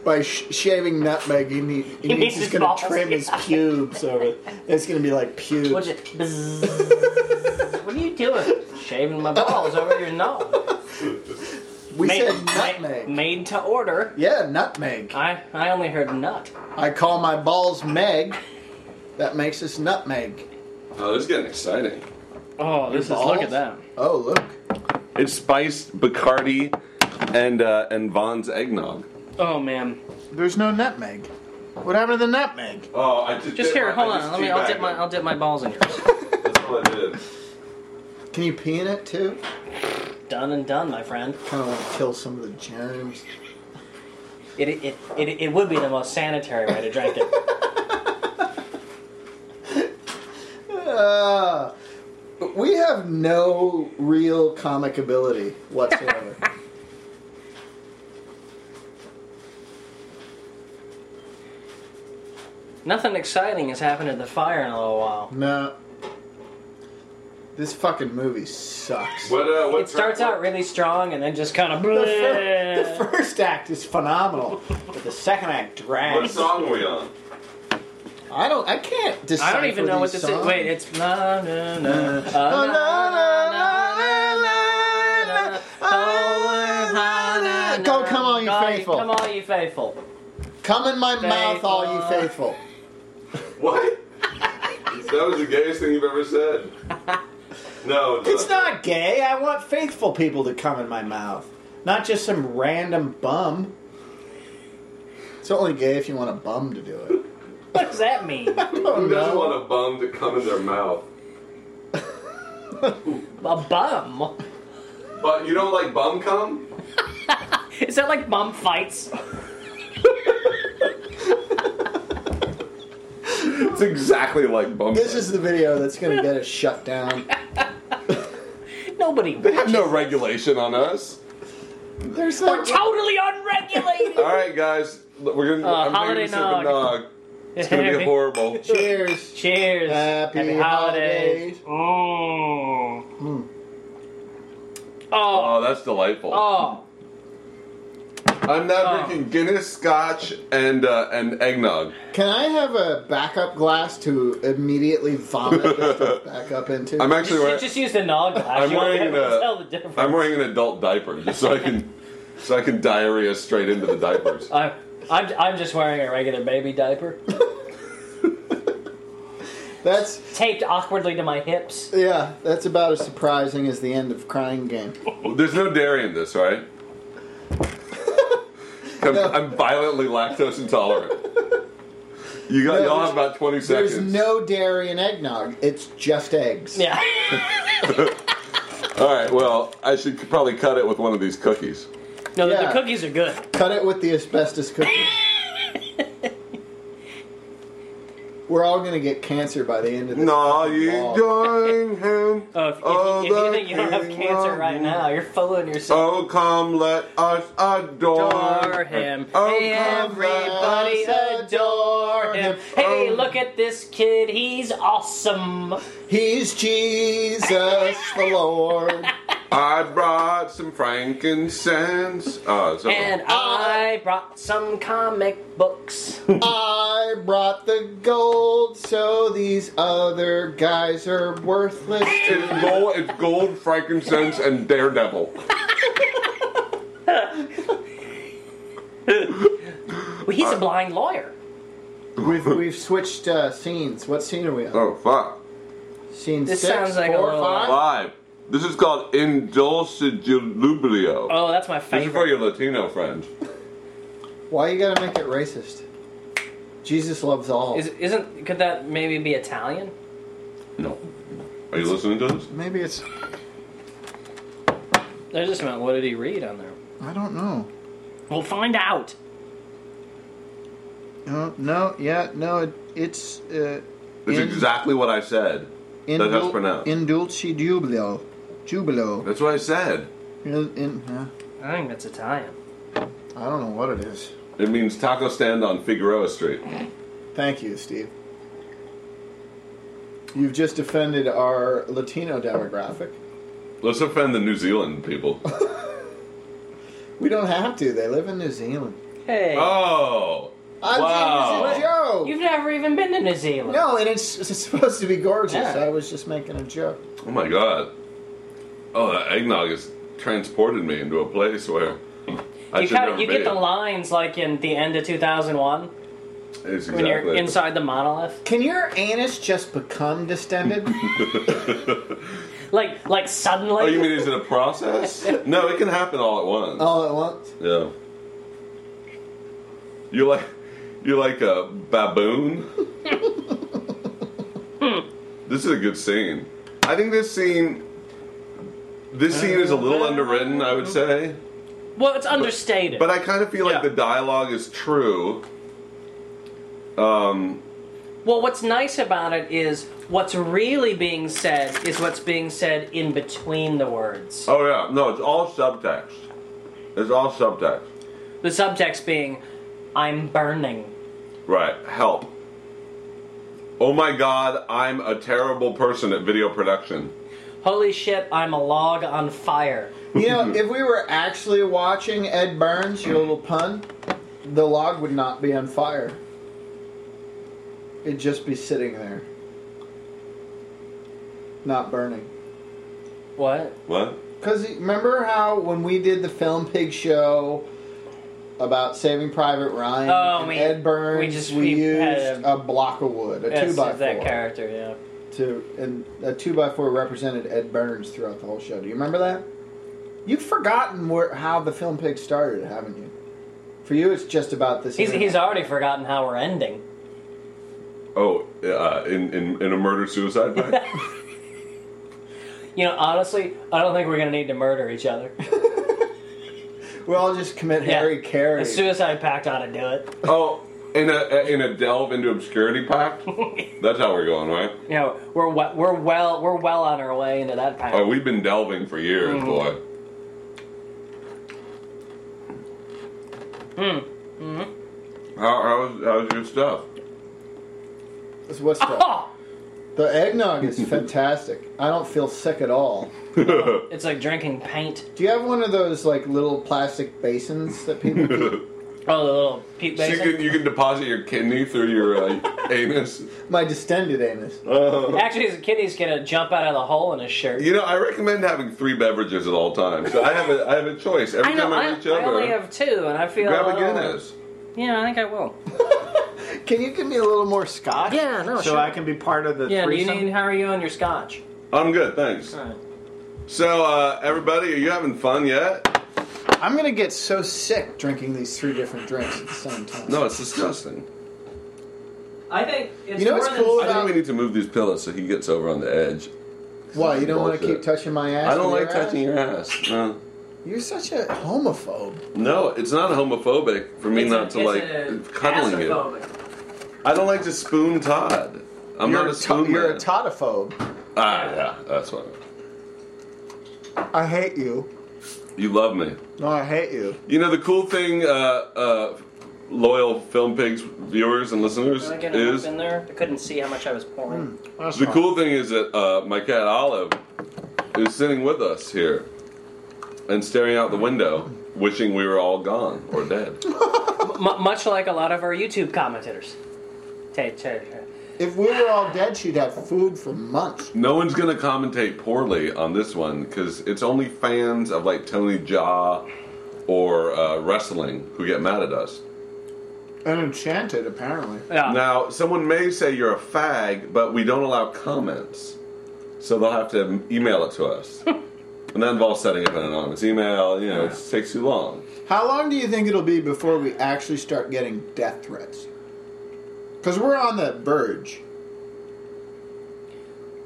S3: By sh- shaving nutmeg, he, need, he,
S2: needs
S3: needs he's
S2: his
S3: gonna
S2: balls.
S3: trim his pubes over. It's gonna be like
S2: What's
S3: pubes.
S2: it? Bzzz. what are you doing? Shaving my balls over your nose.
S3: We
S2: Made-
S3: said nutmeg.
S2: ma- Made to order.
S3: Yeah, nutmeg.
S2: I I only heard nut.
S3: I call my balls Meg. That makes us nutmeg.
S1: Oh, this is getting exciting.
S2: Oh, this
S3: Balls? Oh, look.
S1: It's spiced Bacardi and uh, and Vaughn's eggnog.
S2: Oh man.
S3: There's no nutmeg. What happened to the nutmeg?
S1: Oh, I just
S2: Just
S1: did
S2: here,
S1: my-
S2: hold
S1: I
S2: on.
S1: just
S2: Let me. I'll
S1: teabagged
S2: dip my.
S1: it.
S2: I'll dip my balls in yours.
S1: That's all I did.
S3: Can you pee in it too?
S2: done and done, my friend.
S3: Kind of want to kill some of the germs.
S2: It it, it it would be the most sanitary way to drink it.
S3: Uh, Ah. we have no real comic ability whatsoever.
S2: Nothing exciting has happened at the fire in a little while.
S3: no. This fucking movie sucks.
S1: What, uh, what
S2: It starts
S1: what-
S2: out really strong and then just kind of.
S5: The, fir- the first act is phenomenal, but the second act
S1: What
S5: drags.
S1: song are we on?
S3: I don't. I can't
S2: I
S3: decipher
S2: don't even know what
S3: these
S2: this is.
S3: songs.
S2: Wait, it's na na na. uh,
S3: Uh,
S2: na,
S5: Oh,
S2: na, na, na, na. Oh, na, na, na.
S3: Go, come on, you
S2: Go,
S3: faithful.
S2: Come on, you faithful.
S3: Come in my mouth, all you
S2: Faithful.
S3: faithful.
S1: What? that was the gayest thing you've ever said. No, it's,
S5: It's not gay. I want faithful people to come in my mouth, not just some random bum.
S3: It's only gay if you want a bum to do it.
S2: What does that mean?
S5: Oh,
S1: Who doesn't want a bum to come in their mouth?
S2: A bum?
S1: But you don't like bum cum?
S2: Is that like bum fights?
S1: It's exactly like bum.
S3: This is the video that's gonna get us shut down.
S2: Nobody.
S1: They have no regulation on us.
S3: There's
S2: We're
S3: that.
S2: totally unregulated.
S1: All right, guys, we're gonna.
S2: Uh,
S1: I'm
S2: holiday
S1: making some
S2: nog.
S1: nog. It's gonna be horrible.
S3: Cheers.
S2: Cheers.
S3: Happy holidays.
S2: Mm.
S1: Oh, that's delightful.
S2: Oh,
S1: I'm now drinking Guinness, Scotch, and uh, and eggnog.
S3: Can I have a backup glass to immediately vomit this stuff back up into?
S1: I'm actually
S2: just,
S1: wearing,
S2: just use the nog glass.
S1: I'm
S2: You'll
S1: wearing
S2: never
S1: a-
S2: tell the difference.
S1: I'm wearing an adult diaper just so I can so I can diarrhea straight into the diapers.
S2: I'm, I'm, I'm just wearing a regular baby diaper,
S3: that's
S2: taped awkwardly to my hips.
S3: yeah. That's about as surprising as the end of Crying Game.
S1: There's no dairy in this, right? I'm, I'm violently lactose intolerant. You got
S3: No,
S1: y'all
S3: there's-
S1: have about 20 seconds.
S3: There's no dairy in eggnog. It's just eggs.
S2: Yeah.
S1: All right, well, I should probably cut it with one of these cookies.
S2: No, the-
S3: Yeah.
S2: the cookies are good.
S3: Cut it with the asbestos cookie. We're all gonna get cancer by the end of this.
S1: No,
S3: fucking
S1: you
S3: ball.
S1: join him.
S2: Oh, if, if,
S1: Oh,
S2: you, if
S1: the
S2: you think you don't have
S1: king
S2: cancer
S1: of
S2: right now, you're fooling yourself.
S1: Oh, come, let us adore,
S2: Adore him.
S1: Oh,
S2: hey,
S1: come,
S2: everybody
S1: let us
S2: adore him. Hey,
S1: Oh.
S2: look at this kid. He's awesome.
S3: He's Jesus the Lord.
S1: I brought some frankincense. Oh, it's over.
S2: And I brought some comic books.
S3: I brought the gold, so these other guys are worthless.
S1: It's gold, it's gold, frankincense, and daredevil.
S2: Well,
S1: Uh.
S2: he's a blind lawyer.
S3: We've, we've switched uh, scenes. What scene are we on?
S1: Oh, fuck.
S3: Scene
S2: This
S3: six,
S2: sounds like a
S3: four,
S2: little-
S3: five?
S1: Five. This is called Indulcidulubrio.
S2: Oh, that's my
S1: this is for
S2: favorite.
S1: your Latino friends.
S3: Why you gotta make it racist? Jesus loves all.
S2: Is, isn't could that maybe be Italian?
S1: No. Are you listening to this?
S3: Maybe it's.
S2: I just meant what did he read on there?
S3: I don't know.
S2: We'll find out.
S3: No, no yeah, no, it, it's. Uh,
S1: That's
S3: in-
S1: exactly what I said.
S3: in
S1: that's how
S3: dul-
S1: it's pronounced.
S3: In dulce jubilo. Jubilo.
S1: That's what I said.
S3: In, in, yeah,
S2: I think that's Italian.
S3: I don't know what it is.
S1: It means taco stand on Figueroa Street.
S3: Thank you, Steve. You've just offended our Latino demographic.
S1: Let's offend the New Zealand people.
S3: We don't have to. They live in New Zealand.
S2: Hey,
S1: Oh.
S3: I'm
S1: Wow.
S3: just a joke.
S2: you've never even been to New Zealand.
S3: no, and it's, it's supposed to be gorgeous.
S2: Yeah.
S3: I was just making a joke.
S1: Oh my god. Oh, that eggnog has transported me into a place where I
S2: you
S1: should
S2: kind
S1: never
S2: of you
S1: be.
S2: get the lines like in the end of
S1: It's
S2: 2001 when you're
S1: exactly-
S2: inside the monolith.
S3: Can your anus just become distended?
S2: Like like suddenly.
S1: Oh, you mean is it a process? no, it can happen all at once.
S3: all at once?
S1: Yeah. You like you like a baboon? this is a good scene. I think this scene this scene is a little underwritten, I would say.
S2: well, it's understated.
S1: But I kind of feel like
S2: Yeah.
S1: the dialogue is true. Um
S2: well, what's nice about it is What's really being said is what's being said in between the words.
S1: Oh yeah, no, it's all subtext. It's all subtext.
S2: The subtext being, I'm burning.
S1: Right. Help. Oh my god, I'm a terrible person at video production.
S2: Holy shit, I'm a log on fire.
S3: You know, if we were actually watching Ed Burns, your little pun, the log would not be on fire. It'd just be sitting there. Not burning.
S2: What?
S1: What?
S3: Because remember how when we did the Film Pig show about Saving Private Ryan
S2: Oh,
S3: and
S2: we-
S3: Ed Burns,
S2: we just-
S3: we
S2: we
S3: used
S2: had
S3: a, block of wood, a
S2: That's
S3: two by
S2: that
S3: four,
S2: character, yeah.
S3: to and a two by four represented Ed Burns throughout the whole show. Do you remember that? You've forgotten where how the Film Pig started, haven't you? For you, it's just about this.
S2: He's,
S3: internet.
S2: he's already forgotten how we're ending.
S1: Oh, uh, in, in in a murder suicide pact.
S2: You know, honestly, I don't think we're gonna need to murder each other.
S3: We'll all just commit
S2: Yeah.
S3: Harry Carey.
S2: A suicide pact ought to do it.
S1: oh, in a in a delve into obscurity pact. That's how we're going, right?
S2: You know, we're we- we're well we're well on our way into that pact.
S1: Oh, we've been delving for years,
S2: Mm-hmm.
S1: boy.
S2: Hmm.
S1: Mm-hmm. How how's how's your stuff?
S3: That's what's up.
S2: Oh!
S3: The eggnog is fantastic. I don't feel sick at all.
S2: It's like drinking paint.
S3: Do you have one of those like little plastic basins that people keep?
S2: Oh, the little peat
S1: So you
S2: basin.
S1: can you can deposit your kidney through your uh, anus.
S3: My distended anus.
S2: Actually, his kidney's gonna jump out of the hole in his shirt.
S1: You know, I recommend having three beverages at all times. So I have a I have a choice every
S2: I know.
S1: time I,
S2: I,
S1: reach
S2: I only
S1: over.
S2: have uh, two, and I feel
S1: Grab a
S2: little-
S1: Guinness.
S2: Yeah, I think I will.
S3: Can you give me a little more scotch?
S2: Yeah, no,
S6: so
S2: sure.
S6: I can be part of the
S2: Yeah, do you
S6: threesome.
S2: need? How are you on your scotch?
S1: I'm good, thanks.
S2: All right.
S1: So, uh, everybody, are you having fun yet?
S3: I'm gonna get so sick drinking these three different drinks at the same time.
S1: No, it's disgusting.
S7: I think it's
S3: You know
S7: more
S3: what's
S7: than
S3: cool?
S1: I think we need to move these pillows so he gets over on the edge.
S3: Why? You don't want to
S1: Bullshit.
S3: keep touching my ass?
S1: I don't
S3: with
S1: like
S3: your ass?
S1: touching your ass. No.
S3: You're such a homophobe.
S1: No, it's not homophobic for me
S7: It's a-
S1: not to
S7: it's
S1: like
S7: a
S1: cuddling it.
S7: acetophobic.
S1: I don't like to spoon Todd. I'm
S3: you're
S1: not a
S3: to-
S1: spoon
S3: You're
S1: man.
S3: a totophobe.
S1: ah, yeah, that's why.
S3: I hate you.
S1: You love me.
S3: No, I hate you.
S1: You know the cool thing, uh, uh, loyal film pigs viewers and listeners
S7: Am I getting
S1: is Hmm.
S7: up in there? I couldn't see how much I was pouring.
S3: That's
S1: the
S3: fine.
S1: cool thing is that uh, my cat Olive is sitting with us here and staring out the window, wishing we were all gone or dead.
S2: M- much like a lot of our YouTube commentators. Ta- ta- ta.
S3: If we were all dead, she'd have food for months.
S1: No one's gonna commentate poorly on this one because it's only fans of like Tony Jaa or uh, wrestling who get mad at us.
S3: And enchanted, apparently.
S2: Yeah.
S1: Now, someone may say you're a fag, but we don't allow comments. So they'll have to email it to us. and that involves setting up an anonymous email. You know, it takes too long.
S3: How long do you think it'll be before we actually start getting death threats? Because we're on the verge.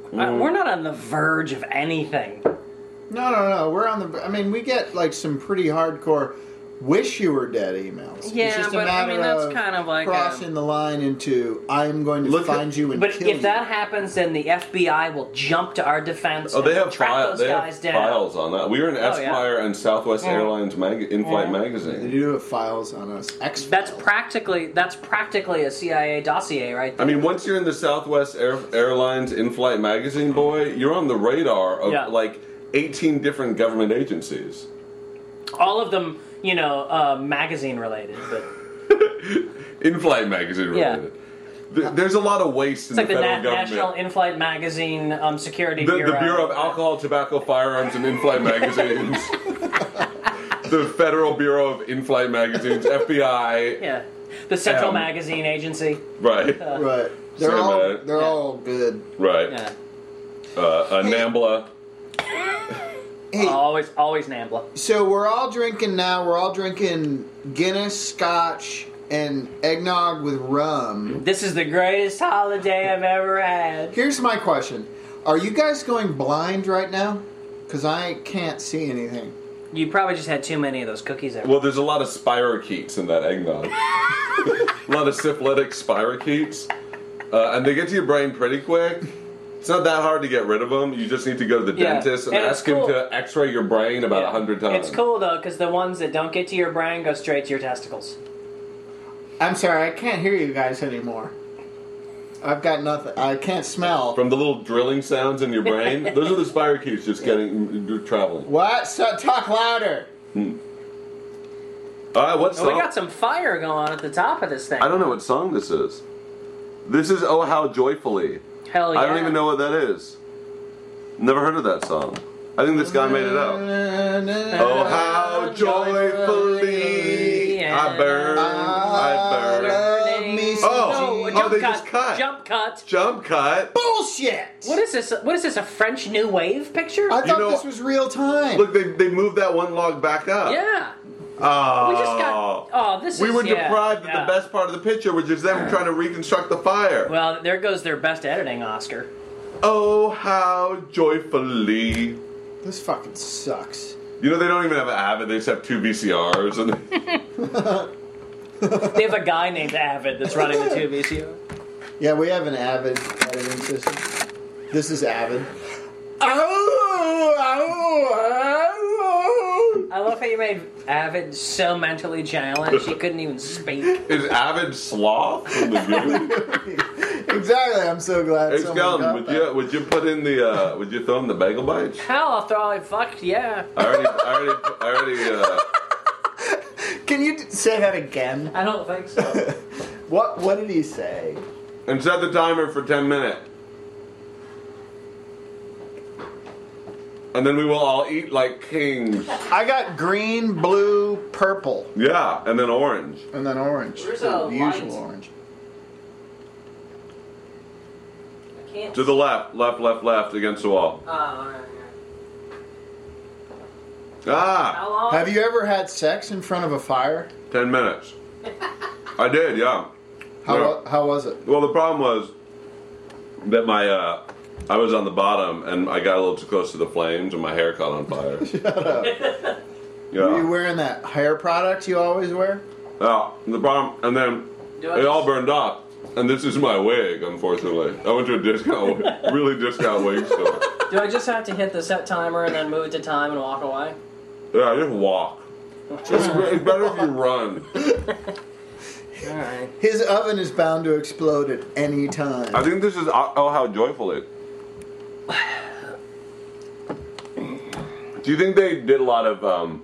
S2: Uh, we're not on the verge of anything.
S3: No, no, no. We're on the. I mean, we get like some pretty hardcore "wish you were dead" emails.
S2: Yeah,
S3: it's just a
S2: but, I
S3: matter
S2: mean, that's
S3: of
S2: kind of like,
S3: crossing
S2: um,
S3: the line into "I'm going to
S1: Look at-
S3: find you and
S2: But
S3: kill
S2: if
S3: you."
S2: that happens, then the FBI will jump to our defense.
S1: Oh, they
S2: and
S1: have,
S2: track
S1: file,
S2: those
S1: they
S2: guys
S1: have
S2: down. Oh,
S1: files on that. We were in
S2: yeah. Mm.
S1: Esquire and Southwest Airlines mag- in-flight
S3: they
S1: magazine.
S3: do have files on us. X.
S2: That's
S3: files.
S2: practically that's practically a CIA dossier, right?
S1: I mean, once you're in the Southwest Air- Airlines in-flight magazine, boy, you're on the radar of
S2: Yeah.
S1: like 18 different government agencies.
S2: All of them, you know, uh, magazine related, but
S1: In-flight magazine
S2: Yeah.
S1: related. Th- There's a lot of waste in
S2: it's like
S1: the
S2: the
S1: federal
S2: Na-
S1: government.
S2: National In-Flight Magazine um, Security
S1: The,
S2: Bureau.
S1: the Bureau of Alcohol, Tobacco, Firearms, and In-Flight Magazines. the Federal Bureau of In-Flight Magazines, FBI.
S2: Yeah, the Central
S1: Um,
S2: Magazine Agency.
S1: Right,
S3: right. They're
S1: Sorry
S3: all
S1: about that.
S3: they're
S2: Yeah.
S3: all good.
S1: right.
S2: Yeah,
S1: Uh, Anambla.
S3: Hey,
S2: Uh, always always NAMBLA.
S3: so we're all drinking now. We're all drinking Guinness, Scotch, and eggnog with rum.
S2: This is the greatest holiday I've ever had.
S3: Here's my question: Are you guys going blind right now? Because I can't see anything.
S2: You probably just had too many of those cookies. Ever.
S1: Well, there's a lot of spirochetes in that eggnog. a lot of syphilitic spirochetes. Uh, and they get to your brain pretty quick. It's not that hard to get rid of them. You just need to go to the
S2: Yeah.
S1: dentist and,
S2: And it's
S1: ask him
S2: cool.
S1: to X-ray your brain about a
S2: Yeah.
S1: hundred times.
S2: It's cool though, because the ones that don't get to your brain go straight to your testicles.
S3: I'm sorry, I can't hear you guys anymore. I've got nothing. I can't smell.
S1: From the little drilling sounds in your brain, those are the spirochetes just getting you're traveling.
S3: What? So, talk louder.
S1: All right, what
S2: Oh, we
S1: song?
S2: got some fire going on at the top of this thing.
S1: I don't know what song this is. This is Oh How Joyfully.
S2: Hell yeah.
S1: I don't even know what that is. Never heard of that song. I think this guy made it up. Oh how joyfully I burn, I burn. Oh,
S2: no, a
S1: oh,
S2: jump
S1: they
S2: cut,
S1: just cut.
S2: Jump cut.
S1: Jump cut.
S3: Bullshit!
S2: What is this? What is this? A French New Wave picture?
S3: I thought
S1: know-
S3: this was real time.
S1: Look, they, they moved that one log back up.
S2: yeah.
S1: Oh.
S2: We just got. Oh, this
S1: Uh, We
S2: is.
S1: were
S2: yeah,
S1: deprived
S2: yeah.
S1: of the best part of the picture, which is them trying to reconstruct the fire.
S2: Well, there goes their best editing Oscar.
S1: oh, how joyfully.
S3: this fucking sucks.
S1: You know, they don't even have an Avid, they just have two VCRs. And
S2: They have a guy named Avid that's running the two VCR.
S3: Yeah, we have an Avid editing system. This is Avid.
S2: I love how you made Avid so mentally challenged he couldn't even speak.
S1: is Avid Sloth from the goo?
S3: Exactly. I'm so glad.
S1: hey,
S3: someone
S1: Skeleton,
S3: got
S1: would
S3: that.
S1: you, would you put in the, uh, would you throw in the bagel bites?
S2: Hell, I'll throw it. Fuck yeah.
S1: I already, I already, I already, uh,
S6: Can you say that again?
S7: I don't think so.
S6: What What did he say?
S1: and set the timer for 10 minutes. And then we will all eat like kings.
S3: I got green, blue, purple,
S1: Yeah, and then orange.
S3: and then orange.
S7: Where's
S3: the
S7: the
S3: usual
S7: lines?
S3: orange.
S7: I can't.
S1: To the left, left, left, left against the wall.
S7: Oh, all right, all right.
S1: Ah,
S7: How long?
S3: Have you ever had sex in front of a fire?
S1: ten minutes. I did, yeah.
S3: How,
S1: No.
S3: how was it?
S1: Well, the problem was that my uh, I was on the bottom and I got a little too close to the flames and my hair caught on fire.
S3: Were you
S1: yeah.
S3: wearing that hair product you always wear?
S1: Oh, the problem, and then
S7: Do I
S1: it all
S7: just-
S1: burned off. And this is my wig, unfortunately. I went to a discount, really discount wig store.
S7: Do I just have to hit the set timer and then move it to time and walk away?
S1: Yeah, just walk. It's, it's better if you run.
S2: All right.
S3: His oven is bound to explode at any time.
S1: I think this is oh how joyful it. Do you think they did a lot of? Um,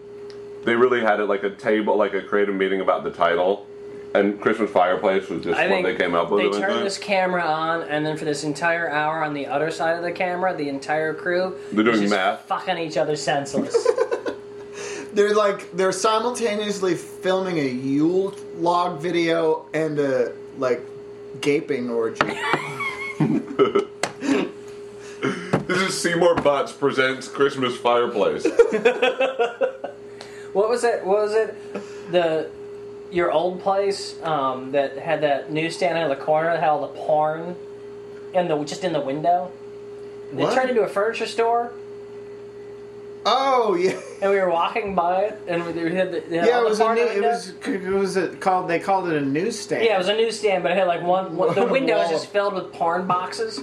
S1: they really had it like a table, like a creative meeting about the title, and Christmas fireplace was just
S2: I
S1: what
S2: think
S1: they came up with.
S2: They
S1: eventually.
S2: turn this camera on, and then for this entire hour on the other side of the camera, the entire crew
S1: They're doing
S2: is just
S1: math.
S2: fucking each other senseless.
S3: They're like they're simultaneously filming a Yule log video and a like gaping orgy.
S1: This is Seymour Butts presents Christmas fireplace.
S2: what was it? What was it? The your old place um, that had that newsstand out of the corner that had all the porn in the just in the window. They
S3: What?
S2: turned into a furniture store,
S3: Oh yeah,
S2: and we were walking by it, and we they had the they had
S6: Yeah,
S2: all
S6: it
S2: the
S6: was a
S2: porn
S6: new,
S2: in the
S6: it
S2: window.
S6: was it was it called they called it a newsstand.
S2: Yeah, it was a newsstand, but it had like one. one the
S3: Whoa.
S2: window was just filled with porn boxes,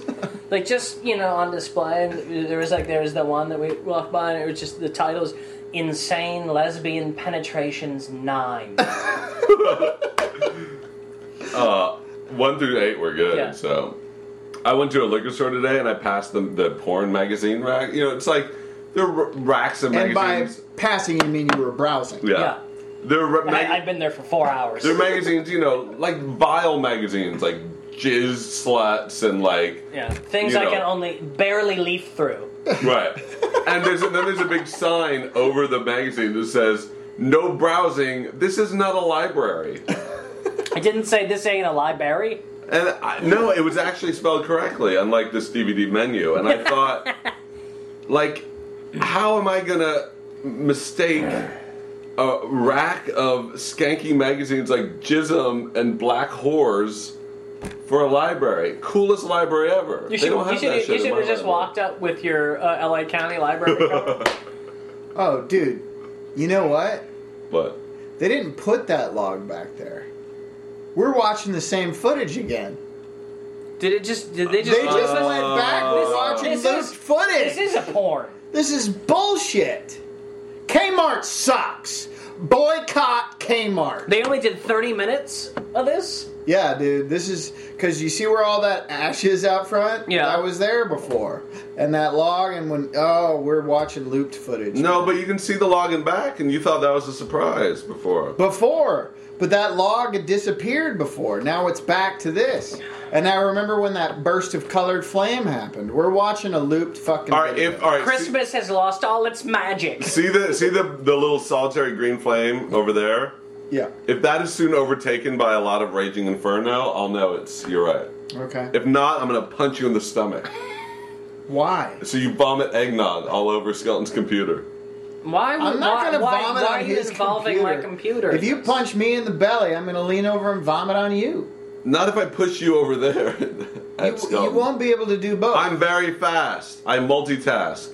S2: like just you know on display. And there was like there was the one that we walked by, and it was just the titles, "Insane Lesbian Penetrations 9.
S1: uh, one through eight were good.
S2: Yeah.
S1: So, I went to a liquor store today and I passed the the porn magazine rack. You know, it's like there are r- racks of
S3: and by
S1: magazines.
S3: passing you mean you were browsing.
S1: yeah.
S2: yeah.
S1: There are ra- mag-
S2: I, I've been there for four hours.
S1: They're magazines, you know, like vile magazines, like jizz sluts and like
S2: yeah, things
S1: You
S2: I
S1: know.
S2: can only barely leaf through.
S1: right. And there's a, then there's a big sign over the magazine that says "No browsing. This is not a library."
S2: I didn't say this ain't a library.
S1: And I, no, it was actually spelled correctly, unlike this DVD menu. And I thought, like, how am I gonna mistake? A rack of skanky magazines like Jism and Black Whores for a library. Coolest library ever.
S2: You
S1: they
S2: should
S1: don't have
S2: you should,
S1: that shit
S2: you
S1: in
S2: should
S1: my
S2: have just
S1: library.
S2: walked up with your uh, LA County Library. card.
S3: Oh dude, you know what?
S1: But
S3: They didn't put that log back there. We're watching the same footage again.
S7: Did it just? Did they just?
S3: They just
S1: Uh,
S3: went back. We're
S1: this-
S3: watching
S2: this
S3: loose
S2: is-
S3: footage.
S2: This is a porn.
S3: This is bullshit. Kmart sucks. Boycott Kmart.
S2: They only did 30 minutes of this.
S3: Yeah, dude, this is because you see where all that ash is out front.
S2: Yeah.
S3: I was there before, and that log, and when oh, we're watching looped footage
S1: No, but you can see the login back, and you thought that was a surprise before.
S3: before, but that log had disappeared before. Now it's back to this, and I remember when that burst of colored flame happened. We're watching a looped fucking.
S1: All right,
S3: video.
S1: if all right, see-
S2: Christmas has lost all its magic.
S1: See the see the the little solitary green flame over there.
S3: yeah,
S1: If that is soon overtaken by a lot of raging inferno, I'll know it's you're right.
S3: okay,
S1: If not, I'm gonna punch you in the stomach.
S3: why?
S1: So you vomit eggnog all over Skeleton's computer.
S2: Why would
S3: I'm not
S2: why,
S3: going to
S2: why,
S3: vomit
S2: why
S3: on
S2: are you
S3: his
S2: involving
S3: computer.
S2: my computer?
S3: If you punch me in the belly, I'm going to lean over and vomit on you.
S1: Not if I push you over there at
S3: You, you
S1: Skeleton.
S3: won't be able to do both.
S1: I'm very fast. I multitask.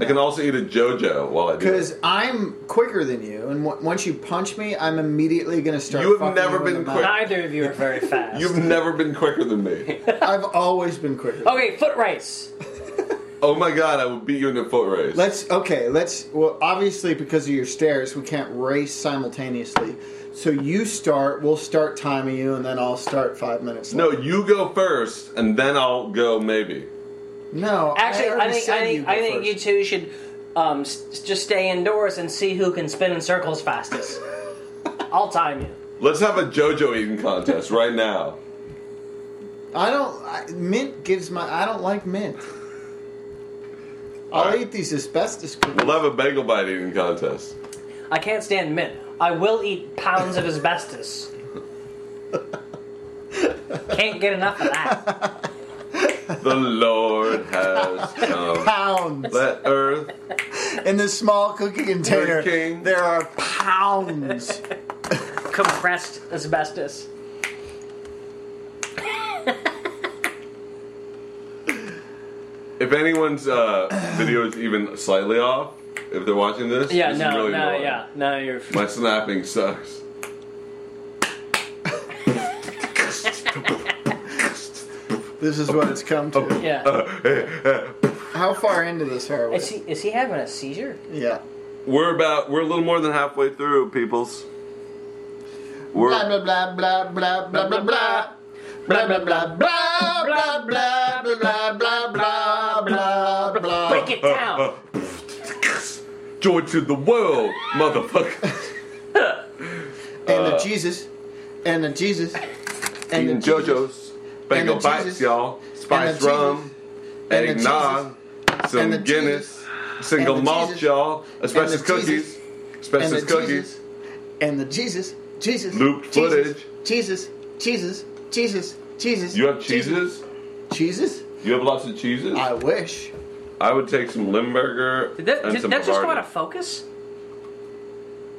S1: I can also eat a JoJo while I do.
S3: Because
S1: it.
S3: I'm quicker than you, and w- once you punch me, I'm immediately going to start.
S1: You have
S3: fucking
S1: never
S3: in
S1: been
S3: the mouth.
S1: quick.
S2: Neither of you are very fast.
S1: You've never been quicker than me.
S3: I've always been quicker.
S2: okay, foot race.
S1: oh my god, I would beat you in a foot race.
S3: Let's okay. Let's well, obviously because of your stairs, we can't race simultaneously. So you start, we'll start timing you, and then I'll start five minutes.
S1: no,
S3: later.
S1: you go first, and then I'll go maybe.
S3: no.
S2: Actually, I,
S3: already
S2: think
S3: said
S2: I think
S3: go
S2: I think
S3: first.
S2: you two should um, s- just stay indoors and see who can spin in circles fastest. I'll time you.
S1: Let's have a JoJo eating contest right now.
S3: I don't. I, mint gives my. I don't like mint. I'll
S1: Alright.
S3: eat these asbestos cookies.
S1: We'll have a bagel bite eating contest.
S2: I can't stand mint. I will eat pounds of asbestos. Can't get enough of that.
S1: The Lord has come.
S3: Pounds
S1: Let earth.
S3: in this small cookie container.
S1: King.
S3: There are pounds.
S2: Compressed asbestos.
S1: If anyone's uh, video is even slightly off, if they're watching this,
S2: Yeah,
S1: this
S2: no,
S1: is really
S2: no,
S1: annoying.
S2: yeah, no. You're
S1: My snapping sucks.
S3: This is what it's come to.
S2: yeah.
S3: How far into this are we?
S2: Is he is he having a seizure?
S3: Yeah.
S1: We're about we're a little more than halfway through, peoples. We're
S3: Blah blah blah blah blah blah blah blah. Blah blah blah blah blah blah blah blah blah blah blah.
S2: Break it down.
S1: joy to the world, motherfucker.
S3: And the Jesus, and the Jesus, and the
S1: Eating JoJo's, bagel
S3: And the
S1: bites,
S3: Jesus.
S1: y'all,
S3: And
S1: spice
S3: the
S1: rum,
S3: And the
S1: eggnog, some
S3: And the
S1: Guinness,
S3: Jesus.
S1: single
S3: And the
S1: malt,
S3: Jesus.
S1: y'all, asbestos
S3: And the
S1: cookies,
S3: Jesus. and
S1: asbestos
S3: the
S1: cookies.
S3: Jesus, and the Jesus, Jesus.
S1: Looped
S3: Jesus,
S1: footage.
S3: Jesus, Jesus, Jesus, Jesus.
S1: You have cheeses?
S3: Jesus?
S1: You have lots of cheeses?
S3: I
S1: I,
S3: wish. would
S1: would take some Limburger
S2: Did that,
S1: and
S2: did
S1: some
S2: that just go out
S1: Bavardi.
S2: of focus?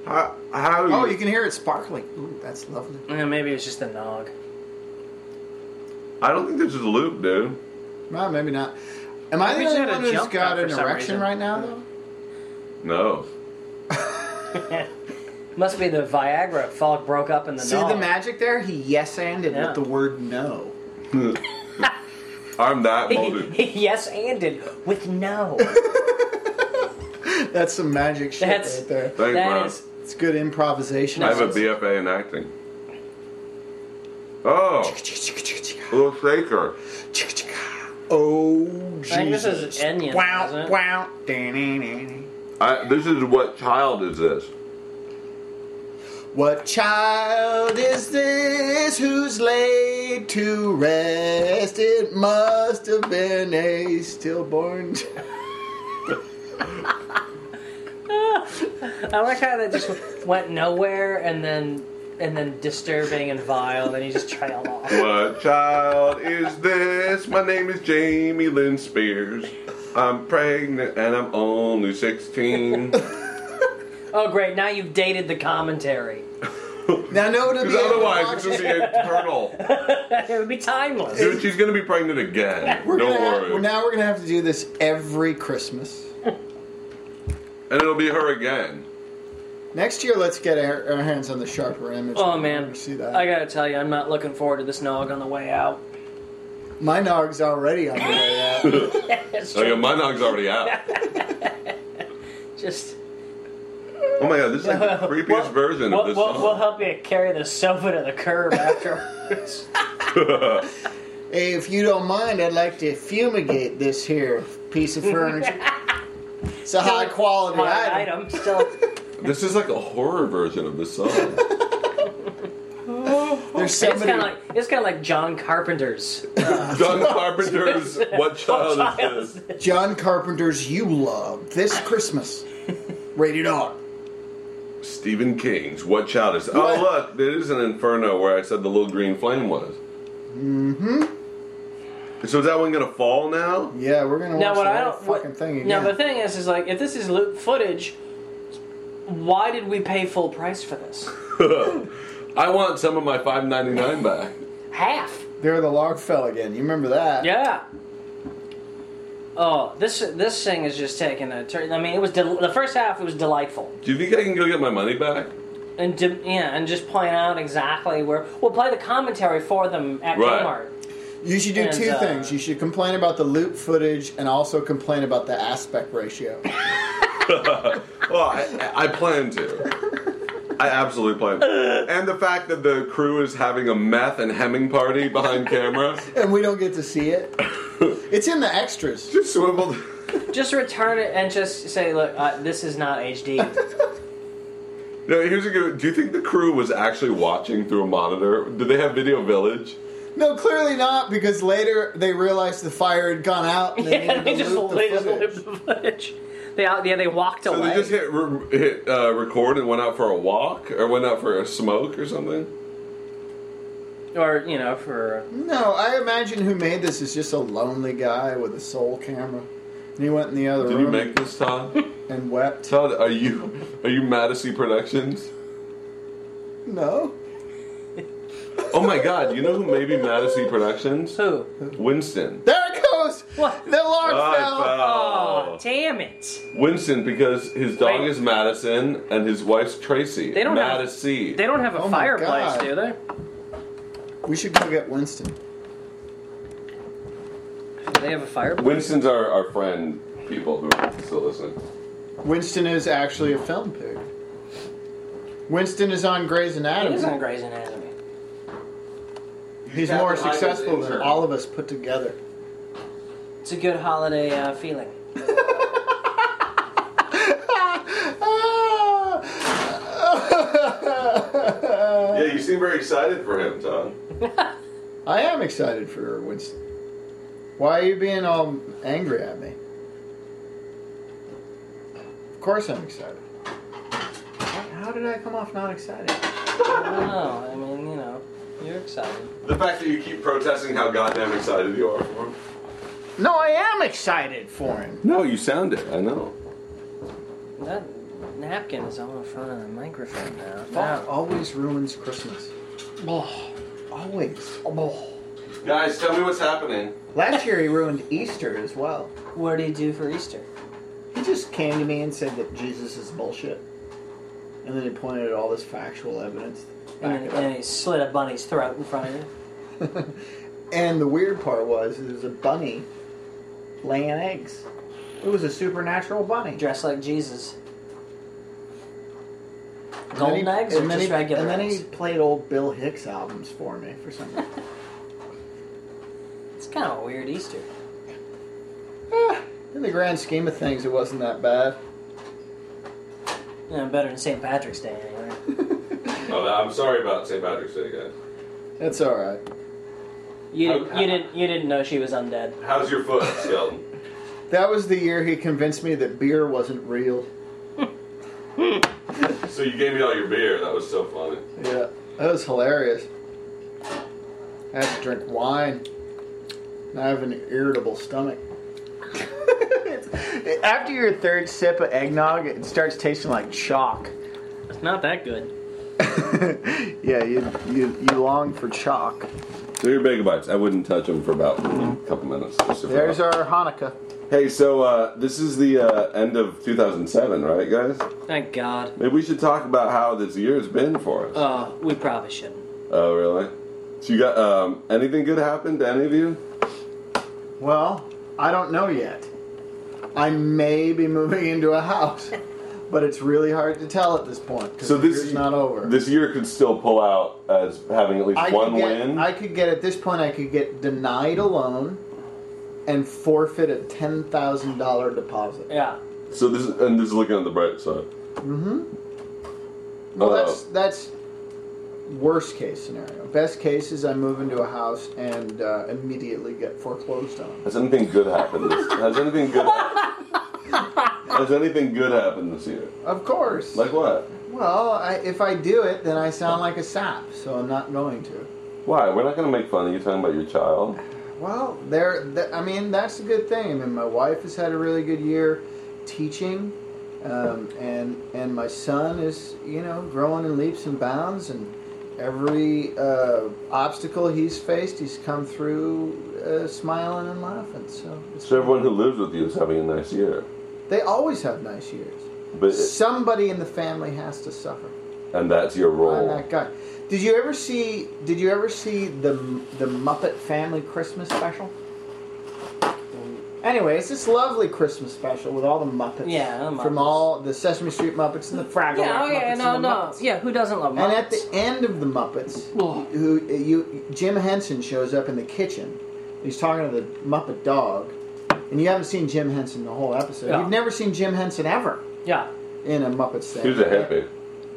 S1: How, how
S3: Oh, you can hear it sparkling. Ooh, that's lovely.
S2: Yeah, Eh, maybe it's just the nog.
S1: I don't think this is a loop, dude.
S3: No, maybe not. Am I the
S2: We just had
S3: only
S2: a
S3: one who's
S2: jump
S3: got
S2: cut for
S3: an
S2: some reason.
S3: erection right now, though?
S1: No.
S2: Must be the Viagra fog broke up in the
S3: See
S2: nog.
S3: the magic there? He yes anded
S2: Yeah.
S3: with the word no.
S1: I'm that molded.
S2: yes, anded with no.
S3: That's some magic shit
S2: That's
S3: right there.
S1: Thanks,
S2: that
S1: Mom.
S2: is
S3: It's good improvisation.
S1: I have a BFA in acting. Oh, a little shaker.
S3: Oh, Jesus.
S2: I think this is Enya,
S3: Wow,
S2: isn't it?
S3: wow. Da-na-na-na.
S1: I, this is what child is this?
S3: What child is this who's laid to rest? It must have been a stillborn. child.
S2: I like how that just went nowhere and then and then disturbing and vile. Then you just trailed off.
S1: What child is this? My name is Jamie Lynn Spears. I'm pregnant and I'm only 16. Because
S2: Oh, great! Now you've dated the commentary.
S3: Now, nobody will be able to watch
S1: otherwise, it's just eternal.
S2: it would be timeless.
S1: Dude, she's gonna be pregnant again.
S3: We're
S1: Don't
S3: gonna have-
S1: worry.
S3: now we're gonna have to do this every Christmas.
S1: and it'll be her again.
S3: Next year, let's get our, our hands on the sharper image.
S2: Oh
S3: We'll
S2: man,
S3: see that.
S2: I gotta tell you, I'm not looking forward to this nog on the way out.
S3: My nog's already on the way out.
S2: It's
S1: Oh, yeah,
S2: true.
S1: my nog's already out.
S2: Just
S1: Oh my god, this is like the creepiest version
S2: we'll,
S1: of this
S2: we'll-
S1: song.
S2: we'll help you carry the sofa to the curb afterwards.
S3: Hey, if you don't mind, I'd like to fumigate this here piece of furniture. It's a high quality
S2: Hot
S3: item.
S2: item. Still,
S1: This is like a horror version of this song.
S2: it's
S3: There's
S2: kind
S3: somebody.
S2: of like it's kind of like John Carpenter's.
S1: John Carpenter's What Child Is This?
S3: John Carpenter's You Love This Christmas. Rated R.
S1: Stephen King's What Child Is Oh, look, there is an inferno where I said the little green flame was. Mm hmm. So is that one gonna fall now?
S3: Yeah, we're gonna watch
S2: Now,
S3: the
S2: what I
S3: whole
S2: don't what-
S3: fucking thing again.
S2: Now, the thing is, is like if this is loop footage, why did we pay full price for this?
S1: I want some of my five ninety nine back.
S2: Half.
S3: They're the log fell again. You remember that?
S2: Yeah. Oh, this this thing is just taking a turn. I mean, it was del- the first half was delightful,
S1: Do you think I can go get my money back?
S2: and de- yeah, and just point out exactly where we'll play the commentary for them at
S1: Right.
S2: Kmart.
S3: You should do
S2: And,
S3: two
S2: uh,
S3: things. You should complain about the loop footage and also complain about the aspect ratio.
S1: Well, I, I plan to. I absolutely plan to. And the fact that the crew is having a meth and hemming party behind camera.
S3: and we don't get to see it. It's in the extras.
S1: Just swiveled.
S2: Just return it and just say, look, uh, this is not HD.
S1: No, here's a good. Do you think the crew was actually watching through a monitor? Did they have Video Village?
S3: No, clearly not, because later they realized the fire had gone out. And they
S2: yeah,
S3: needed
S2: they
S3: to
S2: just
S3: loop the
S2: they just
S3: footage.
S2: looped the footage. They out, yeah, they walked
S1: So
S2: away.
S1: they just hit re- hit uh, record and went out for a walk, or went out for a smoke or something.
S2: or you know, for
S3: No, I imagine who made this is just a lonely guy with a soul camera. And he went in the other
S1: Did you
S3: room
S1: make this, Todd?
S3: and wept.
S1: Todd, are you are you Madison Productions?
S3: No.
S1: Oh my God! You know who may be Madison Productions?
S2: who?
S1: Winston.
S3: There it goes!
S2: What?
S3: The log
S1: I
S3: fell!
S2: Oh,
S1: fell.
S2: damn it!
S1: Winston because his dog
S2: Wait.
S1: is Madison and his wife's Tracy.
S2: They don't have-
S1: Madison.
S2: They don't have a
S3: Oh my
S2: fireplace,
S3: God.
S2: do they?
S3: We should go get Winston.
S2: Do they have a fireplace?
S1: Winston's our, our friend. People who are still listening.
S3: Winston is actually a film pig. Winston is on Grey's
S2: It
S3: Anatomy.
S2: is on Grey's Anatomy.
S3: He's more successful than all of us put together.
S2: It's a good holiday uh, feeling.
S1: Yeah, you seem very excited for him, Tom.
S3: I am excited for Winston. Why are you being all angry at me? Of course I'm excited. How did I come off not excited?
S2: I don't know. Oh, I mean, you know, you're excited.
S1: The fact that you keep protesting how goddamn excited you are for him.
S3: No, I am excited for him.
S1: No, you sound it. I know.
S2: That napkin is all in front of the microphone now.
S3: Fuck
S2: Now-
S3: always ruins Christmas. Always.
S1: Guys, tell me what's happening.
S6: Last year he ruined Easter as well.
S2: What do you do for Easter?
S6: He just came to me and said that Jesus is bullshit. And then he pointed at all this factual evidence. to Back
S2: And,
S6: it
S2: and
S6: up.
S2: he slit a bunny's throat in front of you.
S6: And the weird part was, it was a bunny laying eggs. It was a supernatural bunny.
S2: Dressed like Jesus.
S6: And then
S2: Golden
S6: he-
S2: eggs or
S6: and then
S2: just
S6: he-
S2: regular
S6: And then
S2: eggs?
S6: he played old Bill Hicks albums for me for some reason.
S2: It's kind of a weird Easter.
S6: Eh,
S3: In the grand scheme of things, it wasn't that bad.
S2: You know, better than St. Patrick's Day anyway.
S1: Oh, I'm sorry about St. Patrick's Day, guys.
S3: That's all right.
S2: You
S3: Oh,
S1: How-
S2: didn't, you didn't you didn't know she was undead.
S1: How's your foot, Skelton?
S3: That was the year he convinced me that beer wasn't real.
S1: so you gave me all your beer. That was so funny.
S3: Yeah, that was hilarious. I had to drink wine. And I have an irritable stomach.
S6: After your third sip of eggnog, it starts tasting like chalk.
S2: It's not that good.
S6: yeah, you, you you long for chalk.
S1: So your megabytes, I wouldn't touch them for about a couple minutes.
S3: There's our Hanukkah.
S1: Hey, so uh, this is the uh, end of 2007, right, guys?
S2: Thank God.
S1: Maybe we should talk about how this year's been for us.
S2: Uh, we probably shouldn't.
S1: Oh, really? So you got um, anything good happened to any of you?
S3: Well, I don't know yet. I may be moving into a house, but it's really hard to tell at this point because
S1: So this
S3: it's not over.
S1: This year could still pull out as having at least
S3: I
S1: one
S3: could get,
S1: win.
S3: I could get at this point. I could get denied a loan and forfeit a ten thousand dollar deposit.
S2: Yeah.
S1: so this is, and this is looking on the bright side.
S3: Mm-hmm. Well,
S1: Uh,
S3: that's that's worst case scenario. Best case is I move into a house and uh, immediately get foreclosed on.
S1: Has anything good happened? This, has anything good? hap- has anything good happened this year?
S3: Of course.
S1: Like what?
S3: well, I, if I do it, then I sound like a sap, so I'm not going to.
S1: Why? We're not going to make fun of you talking about your child.
S3: Well, there. Th- I mean, that's a good thing. I mean, my wife has had a really good year teaching, um, and and my son is you know growing in leaps and bounds, and every uh, obstacle he's faced, he's come through uh, smiling and laughing. So it's,
S1: So everyone who lives with you is having a nice year.
S3: they always have nice years.
S1: But
S3: Somebody in the family has to suffer.
S1: and that's your
S3: I'm
S1: role.
S3: that guy. Did you ever see? Did you ever see the the Muppet Family Christmas special? Anyway, it's this lovely Christmas special with all the Muppets.
S2: Yeah, the
S3: from
S2: Muppets.
S3: all the Sesame Street Muppets and the Fraggle
S2: Yeah,
S3: Rock
S2: oh yeah,
S3: Muppets
S2: no,
S3: and the
S2: no.
S3: Muppets.
S2: Yeah, who doesn't love
S3: And at the
S2: Muppets?
S3: end of the Muppets,
S2: Ugh.
S3: who you Jim Henson shows up in the kitchen. He's talking to the Muppet dog, and you haven't seen Jim Henson the whole episode.
S2: Yeah.
S3: You've never seen Jim Henson ever
S2: Yeah.
S3: in a Muppet thing.
S1: He was a hippie.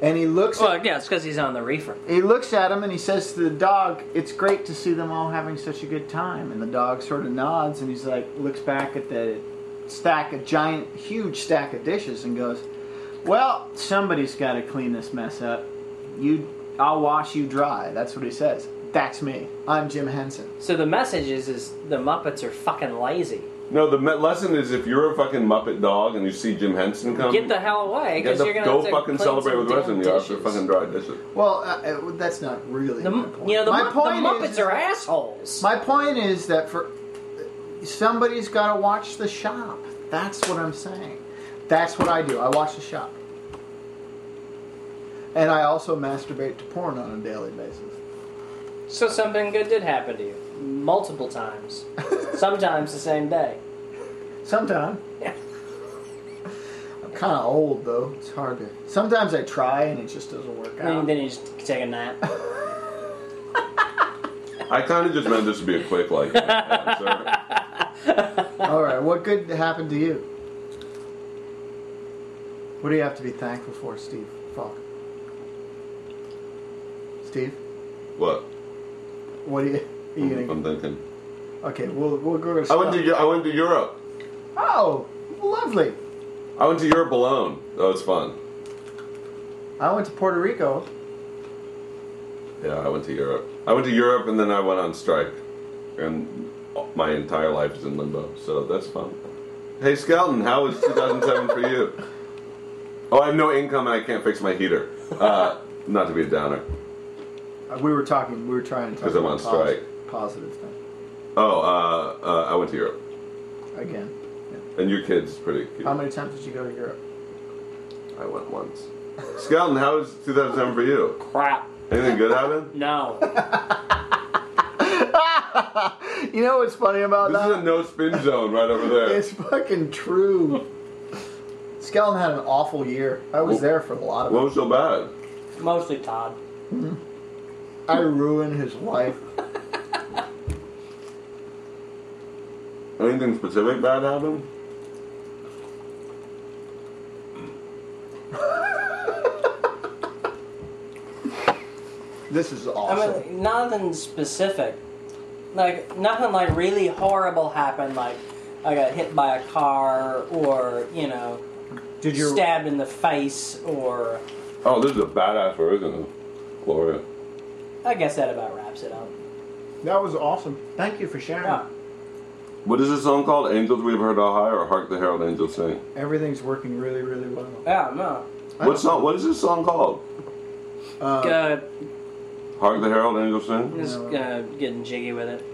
S3: And he looks at
S2: Well, yeah, it's because he's on the reefer.
S3: he looks at him and he says to the dog, "It's great to see them all having such a good time." And the dog sort of nods and he's like, looks back at the stack, a giant, huge stack of dishes, and goes, "Well, somebody's got to clean this mess up. You, I'll wash you dry." That's what he says. That's me. I'm Jim Henson.
S2: So the message is, is the Muppets are fucking lazy.
S1: No, the me- lesson is if you're a fucking Muppet dog and you see Jim Henson come,
S2: Get the hell away,
S1: get
S2: because
S1: the-
S2: you're gonna
S1: go
S2: have to
S1: fucking
S2: clean
S1: celebrate
S2: some
S1: with the rest of
S2: damn
S1: you after
S2: dishes.
S1: fucking dry dishes.
S3: Well, uh, uh, that's not really
S2: The,
S3: my
S2: Mu-
S3: point.
S2: you know, the,
S3: my
S2: Mu- the
S3: point
S2: Muppets
S3: is,
S2: are assholes.
S3: My point is that for somebody's got to watch the shop. That's what I'm saying. That's what I do. I watch the shop, and I also masturbate to porn on a daily basis.
S2: so something good did happen to you. Multiple times. Sometimes the same day.
S3: Sometime
S2: Yeah.
S3: I'm kind of old though. It's hard to. Sometimes I try and it just doesn't work
S2: And
S3: out.
S2: then you just take a nap.
S1: I kind of just meant this would be a quick like answer.
S3: All right, what good happened to you? What do you have to be thankful for, Steve? Fuck. Steve,
S1: What?
S3: what do you? Are you gonna,
S1: I'm thinking.
S3: okay, we'll we'll go to.
S1: I went to Eu- I went to Europe.
S3: Oh, lovely.
S1: I went to Europe alone. That was fun.
S3: I went to Puerto Rico.
S1: Yeah, I went to Europe. I went to Europe and then I went on strike, and my entire life is in limbo. So that's fun. Hey, Skelton, how was 2007 for you? Oh, I have no income and I can't fix my heater. Uh, not to be a downer.
S3: Uh, We were talking. We were trying to talk
S1: 'Cause I'm on
S3: about posi-
S1: strike.
S3: Positive thing
S1: Oh, uh, uh, I went to Europe,
S3: again.
S1: and your kid's pretty cute.
S3: How many times did you go to Europe?
S1: I went once. Skelton, how was 2007 for you?
S2: Crap.
S1: Anything good happen?
S2: No.
S3: You know what's funny about
S1: This is a
S3: that?
S1: no spin zone right over there.
S3: It's fucking true. Skellum had an awful year. I was
S1: Wh-
S3: there for a lot of
S1: What was so bad?
S2: Mostly Todd.
S3: it. I ruined his life.
S1: Anything specific bad happened?
S3: This is
S2: I
S3: awesome.
S2: mean, nothing specific. Like nothing like really horrible happened. Like I got hit by a car, or you know,
S3: did your
S2: stabbed in the face, or
S1: Oh, this is a badass version of Gloria.
S2: I guess that about wraps it up.
S3: that was awesome. Thank you for sharing.
S2: Yeah.
S1: What is this song called? Angels We've Heard All High or Hark the Herald Angels Sing?
S3: Everything's working really, really well.
S2: Yeah, no.
S1: What song? What is this song called?
S3: Uh,
S2: Uh,
S1: Hark the Herald Angels Sing?
S2: just uh, getting jiggy with it.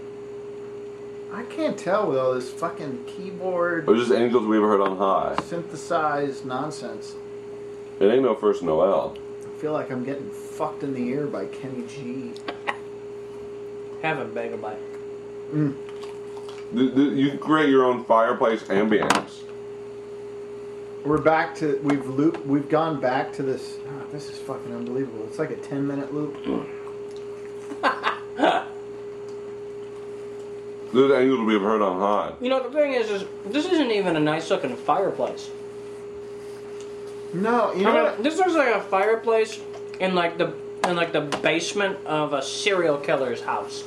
S3: I can't tell with all this fucking keyboard
S1: Or just Angels We've Heard on High?
S3: synthesized nonsense.
S1: It ain't no first Noel.
S3: I feel like I'm getting fucked in the ear by Kenny G.
S2: Have a bagel bite.
S1: Th- th- You can create your own fireplace ambience.
S3: We're back to we've looped we've gone back to this. ah, this is fucking unbelievable. It's like a ten minute loop.
S1: This is angle we have heard on high.
S2: You know, the thing is, is this isn't even a nice looking fireplace.
S3: No, you
S2: I
S3: know
S2: mean,
S3: what?
S2: this looks like a fireplace in like the in like the basement of a serial killer's house.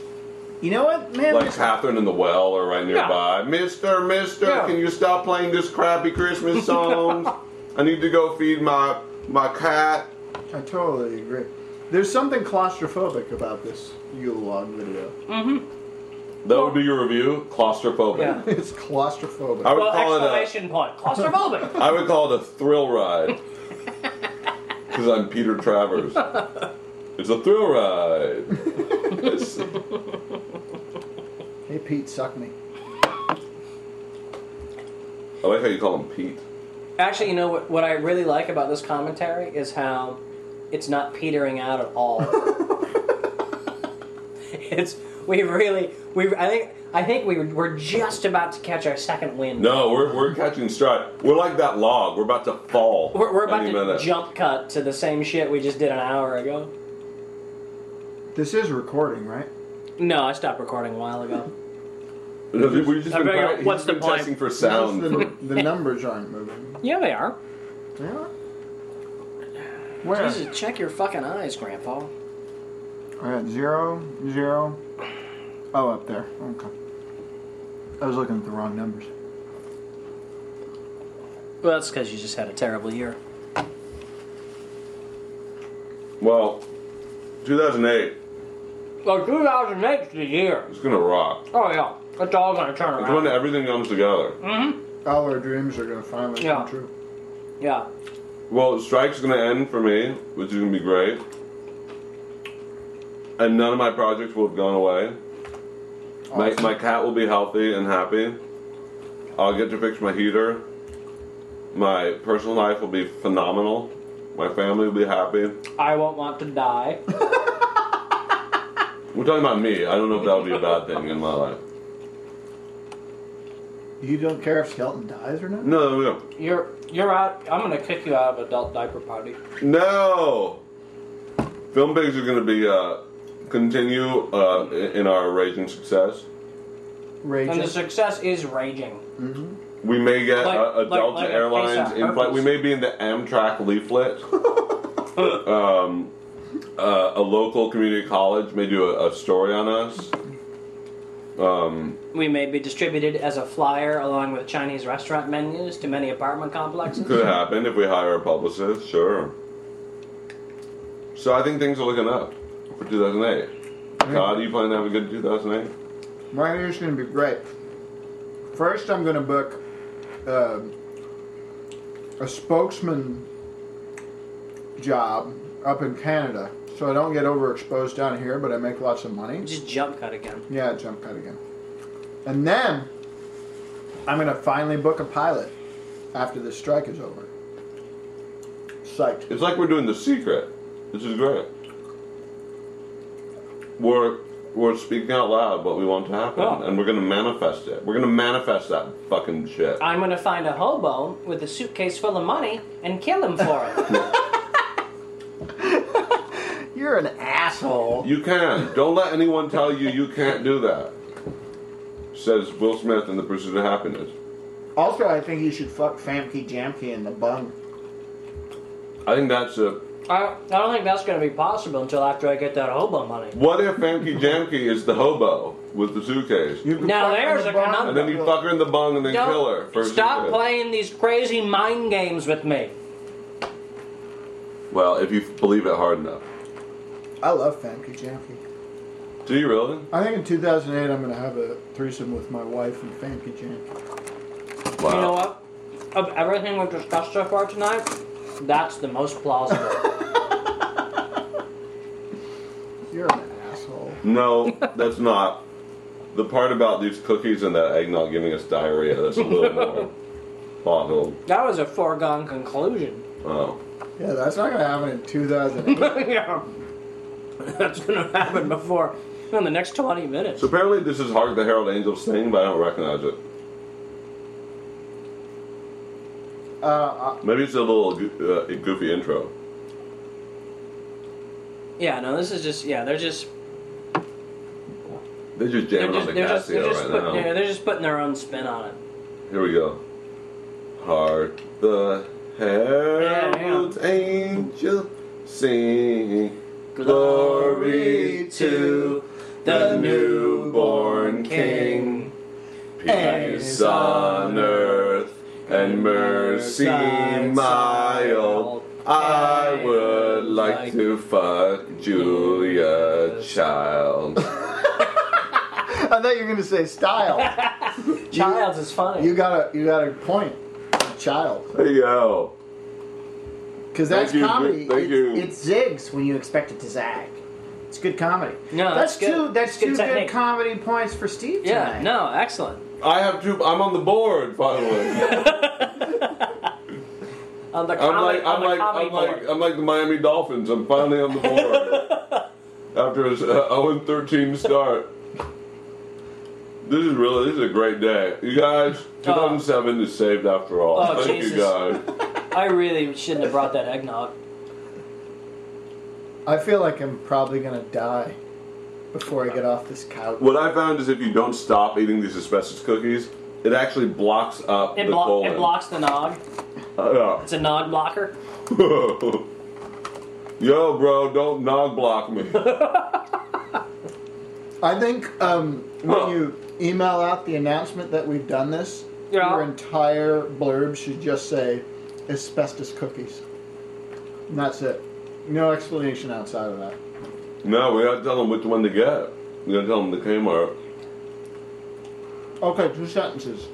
S3: You know what, man?
S1: Like Catherine in the well or right nearby. Mister, mister,
S2: Yeah.
S1: can you stop playing this crappy Christmas songs? I need to go feed my my cat.
S3: I totally agree. There's something claustrophobic about this Yule log video.
S1: That would be your review? Claustrophobic.
S2: Yeah.
S3: It's
S1: I would
S3: claustrophobic.
S2: Well,
S1: call it uh,
S2: exclamation point. Claustrophobic.
S1: a I would call it a thrill ride. Because I'm Peter Travers. It's a thrill ride. It's-
S3: Hey Pete, suck me.
S1: I like how you call him Pete.
S2: Actually, you know what, what I really like about this commentary is how it's not petering out at all. it's we really we I think I think we we're just about to catch our second wind.
S1: No, we're, we're catching stride. We're like that log. We're about to fall.
S2: We're, we're about
S1: any
S2: to
S1: minute.
S2: jump cut to the same shit we just did an hour ago.
S3: This is recording, right?
S2: No, I stopped recording a while ago.
S1: No, We've just
S2: I
S1: been,
S2: beg your-
S1: prac- he's
S2: what's
S1: just
S2: the
S1: been
S2: point?
S1: testing for
S3: Notice
S1: sound.
S3: The, the numbers aren't moving.
S2: yeah, they are.
S3: Yeah. Where?
S2: Jesus, check your fucking eyes, Grandpa.
S3: I got zero, zero. Oh, up there. Okay. I was looking at the wrong numbers.
S2: Well, that's because you just had a terrible year.
S1: Well, 2008
S2: Oh, 2008's the year.
S1: is gonna rock.
S2: Oh, yeah. It's all going to turn
S1: It's when
S2: around.
S1: everything comes together.
S3: All our dreams are gonna finally
S2: Yeah.
S3: come true.
S2: Yeah.
S1: Well, strike's gonna end for me, which is gonna be great. And none of my projects will have gone away. My,
S3: Awesome.
S1: my cat will be healthy and happy. I'll get to fix my heater. My personal life will be phenomenal. My family will be happy.
S2: I won't want to die.
S1: We're talking about me. I don't know if that'll be a bad thing in my life.
S3: You don't care if Skelton dies or not?
S1: No, no,
S2: You're you're out. I'm going to kick you out of adult diaper party.
S1: no. Film pigs are gonna be uh, continue uh, i- in our raging success.
S2: And the
S3: Raging.
S2: success is raging.
S1: We may get
S2: Like-
S1: uh,
S2: like-
S1: Delta
S2: like a case
S1: Airlines
S2: of
S1: in flight. We
S2: herpes.
S1: may be in the Amtrak leaflet. um, uh, a local community college may do a, a story on us. Um,
S2: We may be distributed as a flyer along with Chinese restaurant menus to many apartment complexes.
S1: could happen if we hire a publicist, sure. So I think things are looking up for 2008. Todd, you plan to have a good 2008?
S3: My year's gonna be great. First, I'm gonna book um a spokesman job up in Canada, so I don't get overexposed down here, but I make lots of money.
S2: Just jump cut again.
S3: Yeah, jump cut again. And then I'm gonna finally book a pilot after this strike is over. Psyched.
S1: It's like we're doing The Secret. This is great. We're we're speaking out loud what we want to happen,
S2: Yeah.
S1: and we're gonna manifest it. We're gonna manifest that fucking shit.
S2: I'm going to find a hobo with a suitcase full of money and kill him for it.
S3: You're an asshole.
S1: You can. Don't let anyone tell you you can't do that. Says Will Smith in The Pursuit of Happiness.
S3: Also, I think you should fuck Famke Jamke in the bung.
S1: I think that's a.
S2: I, I don't think that's going to be possible until after I get that hobo money.
S1: What if Famke Jamke is the hobo with the suitcase?
S3: You can
S2: Now
S3: fuck her in
S2: there's
S3: the
S2: a
S3: bung.
S2: conundrum.
S1: And then you fuck her in the bung and then
S2: Don't
S1: kill her. for a
S2: stop
S1: suitcase.
S2: playing these crazy mind games with me.
S1: Well, if you believe it hard enough.
S3: I love Famke Jamke.
S1: Do you really?
S3: I think in 2008 I'm gonna have a threesome with my wife and Famke Jamke.
S1: Wow.
S2: You know what? Of everything we've discussed so far tonight, that's the most plausible.
S3: You're an asshole.
S1: No, that's not. The part about these cookies and that eggnog giving us diarrhea, that's a little more bottled.
S2: that was a foregone conclusion.
S1: Oh.
S3: Yeah, that's not gonna happen in 2008.
S2: yeah. That's gonna happen before in the next 20 minutes.
S1: So apparently this is Hark the Herald Angels thing, but I don't recognize it.
S3: Uh, uh,
S1: Maybe it's a little go- uh, goofy intro.
S2: Yeah, no, this is just yeah, they're just
S1: They're just
S2: they're
S1: jamming
S2: just
S1: on the
S2: they're just, they're
S1: Casio
S2: just
S1: right
S2: putting,
S1: now.
S2: yeah, they're just putting their own spin on it.
S1: Here we go. Hark the herald angel sing. Glory to the newborn King. Peace on earth and mercy mild. I would like to fuck Julia Child.
S3: I thought you were gonna say style.
S2: Childs is funny.
S3: you got a you got a point, child.
S1: There you go.
S3: Because that's
S1: Thank you,
S3: comedy.
S1: thank
S3: it's,
S1: you.
S3: it's zigs when you expect it to zag. It's good comedy.
S2: No,
S3: that's,
S2: that's good.
S3: two. That's
S2: It's
S3: two
S2: good
S3: good
S2: technique.
S3: comedy points for Steve.
S2: yeah,
S3: tonight.
S2: no, excellent.
S1: I have two. I'm on the board finally.
S2: On the
S1: I'm
S2: comedy,
S1: like I'm
S2: on the
S1: like
S2: comedy
S1: I'm like
S2: board.
S1: I'm like the Miami Dolphins. I'm finally on the board after a uh, 0 13 start. This is really this is a great day, you guys. 2007 is saved after all.
S2: Uh, Oh,
S1: Thank
S2: Jesus.
S1: you, God.
S2: I really shouldn't have brought that eggnog.
S3: I feel like I'm probably gonna die before I get off this couch.
S1: What I found is if you don't stop eating these asbestos cookies, it actually blocks up
S2: It,
S1: the
S2: blo-
S1: colon.
S2: it blocks the nog.
S1: Uh,
S2: It's a nog blocker.
S1: yeah. Yo, bro, don't nog block me.
S3: I think um, when
S1: Huh.
S3: you email out the announcement that we've done this,
S2: Yeah.
S3: your entire blurb should just say asbestos cookies. And that's it. No explanation outside of that.
S1: no, we gotta tell them which one to get. We gotta tell them the Kmart.
S3: Okay, two sentences.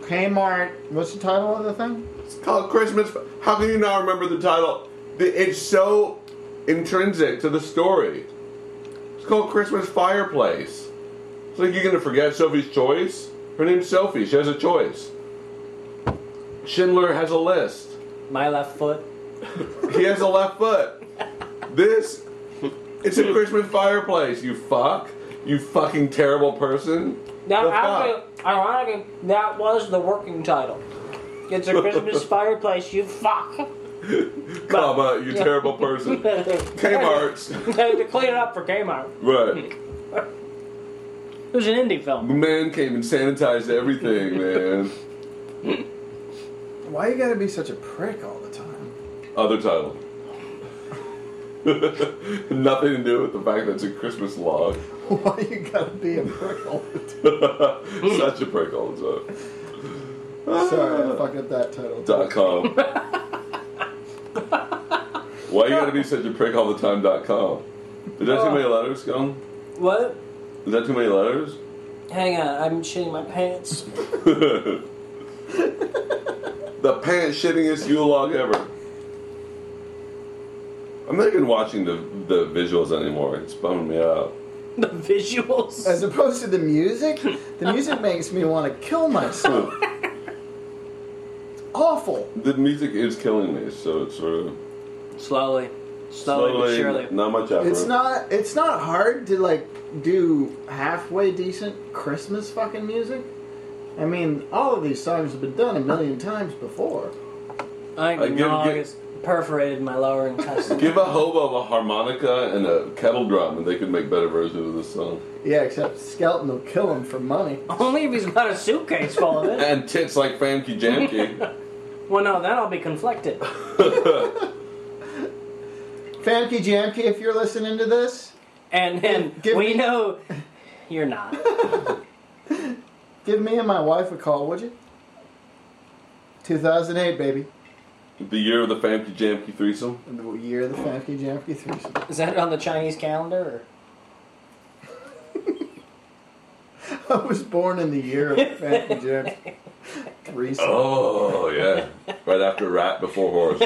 S3: Kmart. What's the title of the thing?
S1: It's called Christmas. How can you not remember the title? The- It's so intrinsic to the story. It's called Christmas Fireplace. It's like you're gonna forget Sophie's Choice. Her name's Sophie. She has a choice. Schindler has a list.
S2: My left foot.
S1: He has a left foot. This, it's a Christmas fireplace. You fuck. You fucking terrible person.
S2: Now,
S1: The
S2: actually, ironically, that was the working title. It's a Christmas fireplace. You fuck.
S1: Comma, you terrible person. Kmart's.
S2: to clean it up for Kmart.
S1: Right.
S2: It was an indie film.
S1: The man came and sanitized everything, man.
S8: Why you gotta be such a prick all the time?
S1: Other title. Nothing to do with the fact that it's a Christmas log.
S3: Why you gotta be a prick all the time?
S1: Such a prick all the time.
S3: Sorry, I fucked up that title.
S1: Dot com. Why you gotta be such a prick all the time? Dot com. Is that too many letters, Scum?
S2: What?
S1: Is that too many letters?
S2: Hang on, I'm shitting my pants.
S1: the pants shittingest Yule log ever. I'm not even watching the the visuals anymore. It's bumming me out.
S2: the visuals.
S3: As opposed to the music, the music makes me want to kill myself. Awful.
S1: the music is killing me, so it's sort of
S2: Slowly.
S1: slowly,
S2: Slowly, but surely.
S1: not much effort.
S3: It's not. It's not hard to like do halfway decent Christmas fucking music. I mean, all of these songs have been done a million times before.
S2: I
S1: I
S2: think
S1: give-
S2: nog
S1: give-
S2: has perforated my lower intestine.
S1: Give a hobo a harmonica and a kettle drum, and they could make better versions of this song.
S3: Yeah, except Skeleton will kill him for money.
S2: Only if he's got a suitcase full of it.
S1: And tits like Famke Janke.
S2: Well, no, then I'll be conflicted.
S3: Famke Jamke, if you're listening to this,
S2: And and
S3: Give
S2: we
S3: me-
S2: know you're not.
S3: give me and my wife a call, would you? 2008, baby.
S1: the year of the Famke Jamke threesome.
S3: The year of the Famke Jamke threesome.
S2: Is that on the Chinese calendar?
S3: I was born in the year of the Famke Jamke threesome.
S1: Oh yeah, right after rat before horse.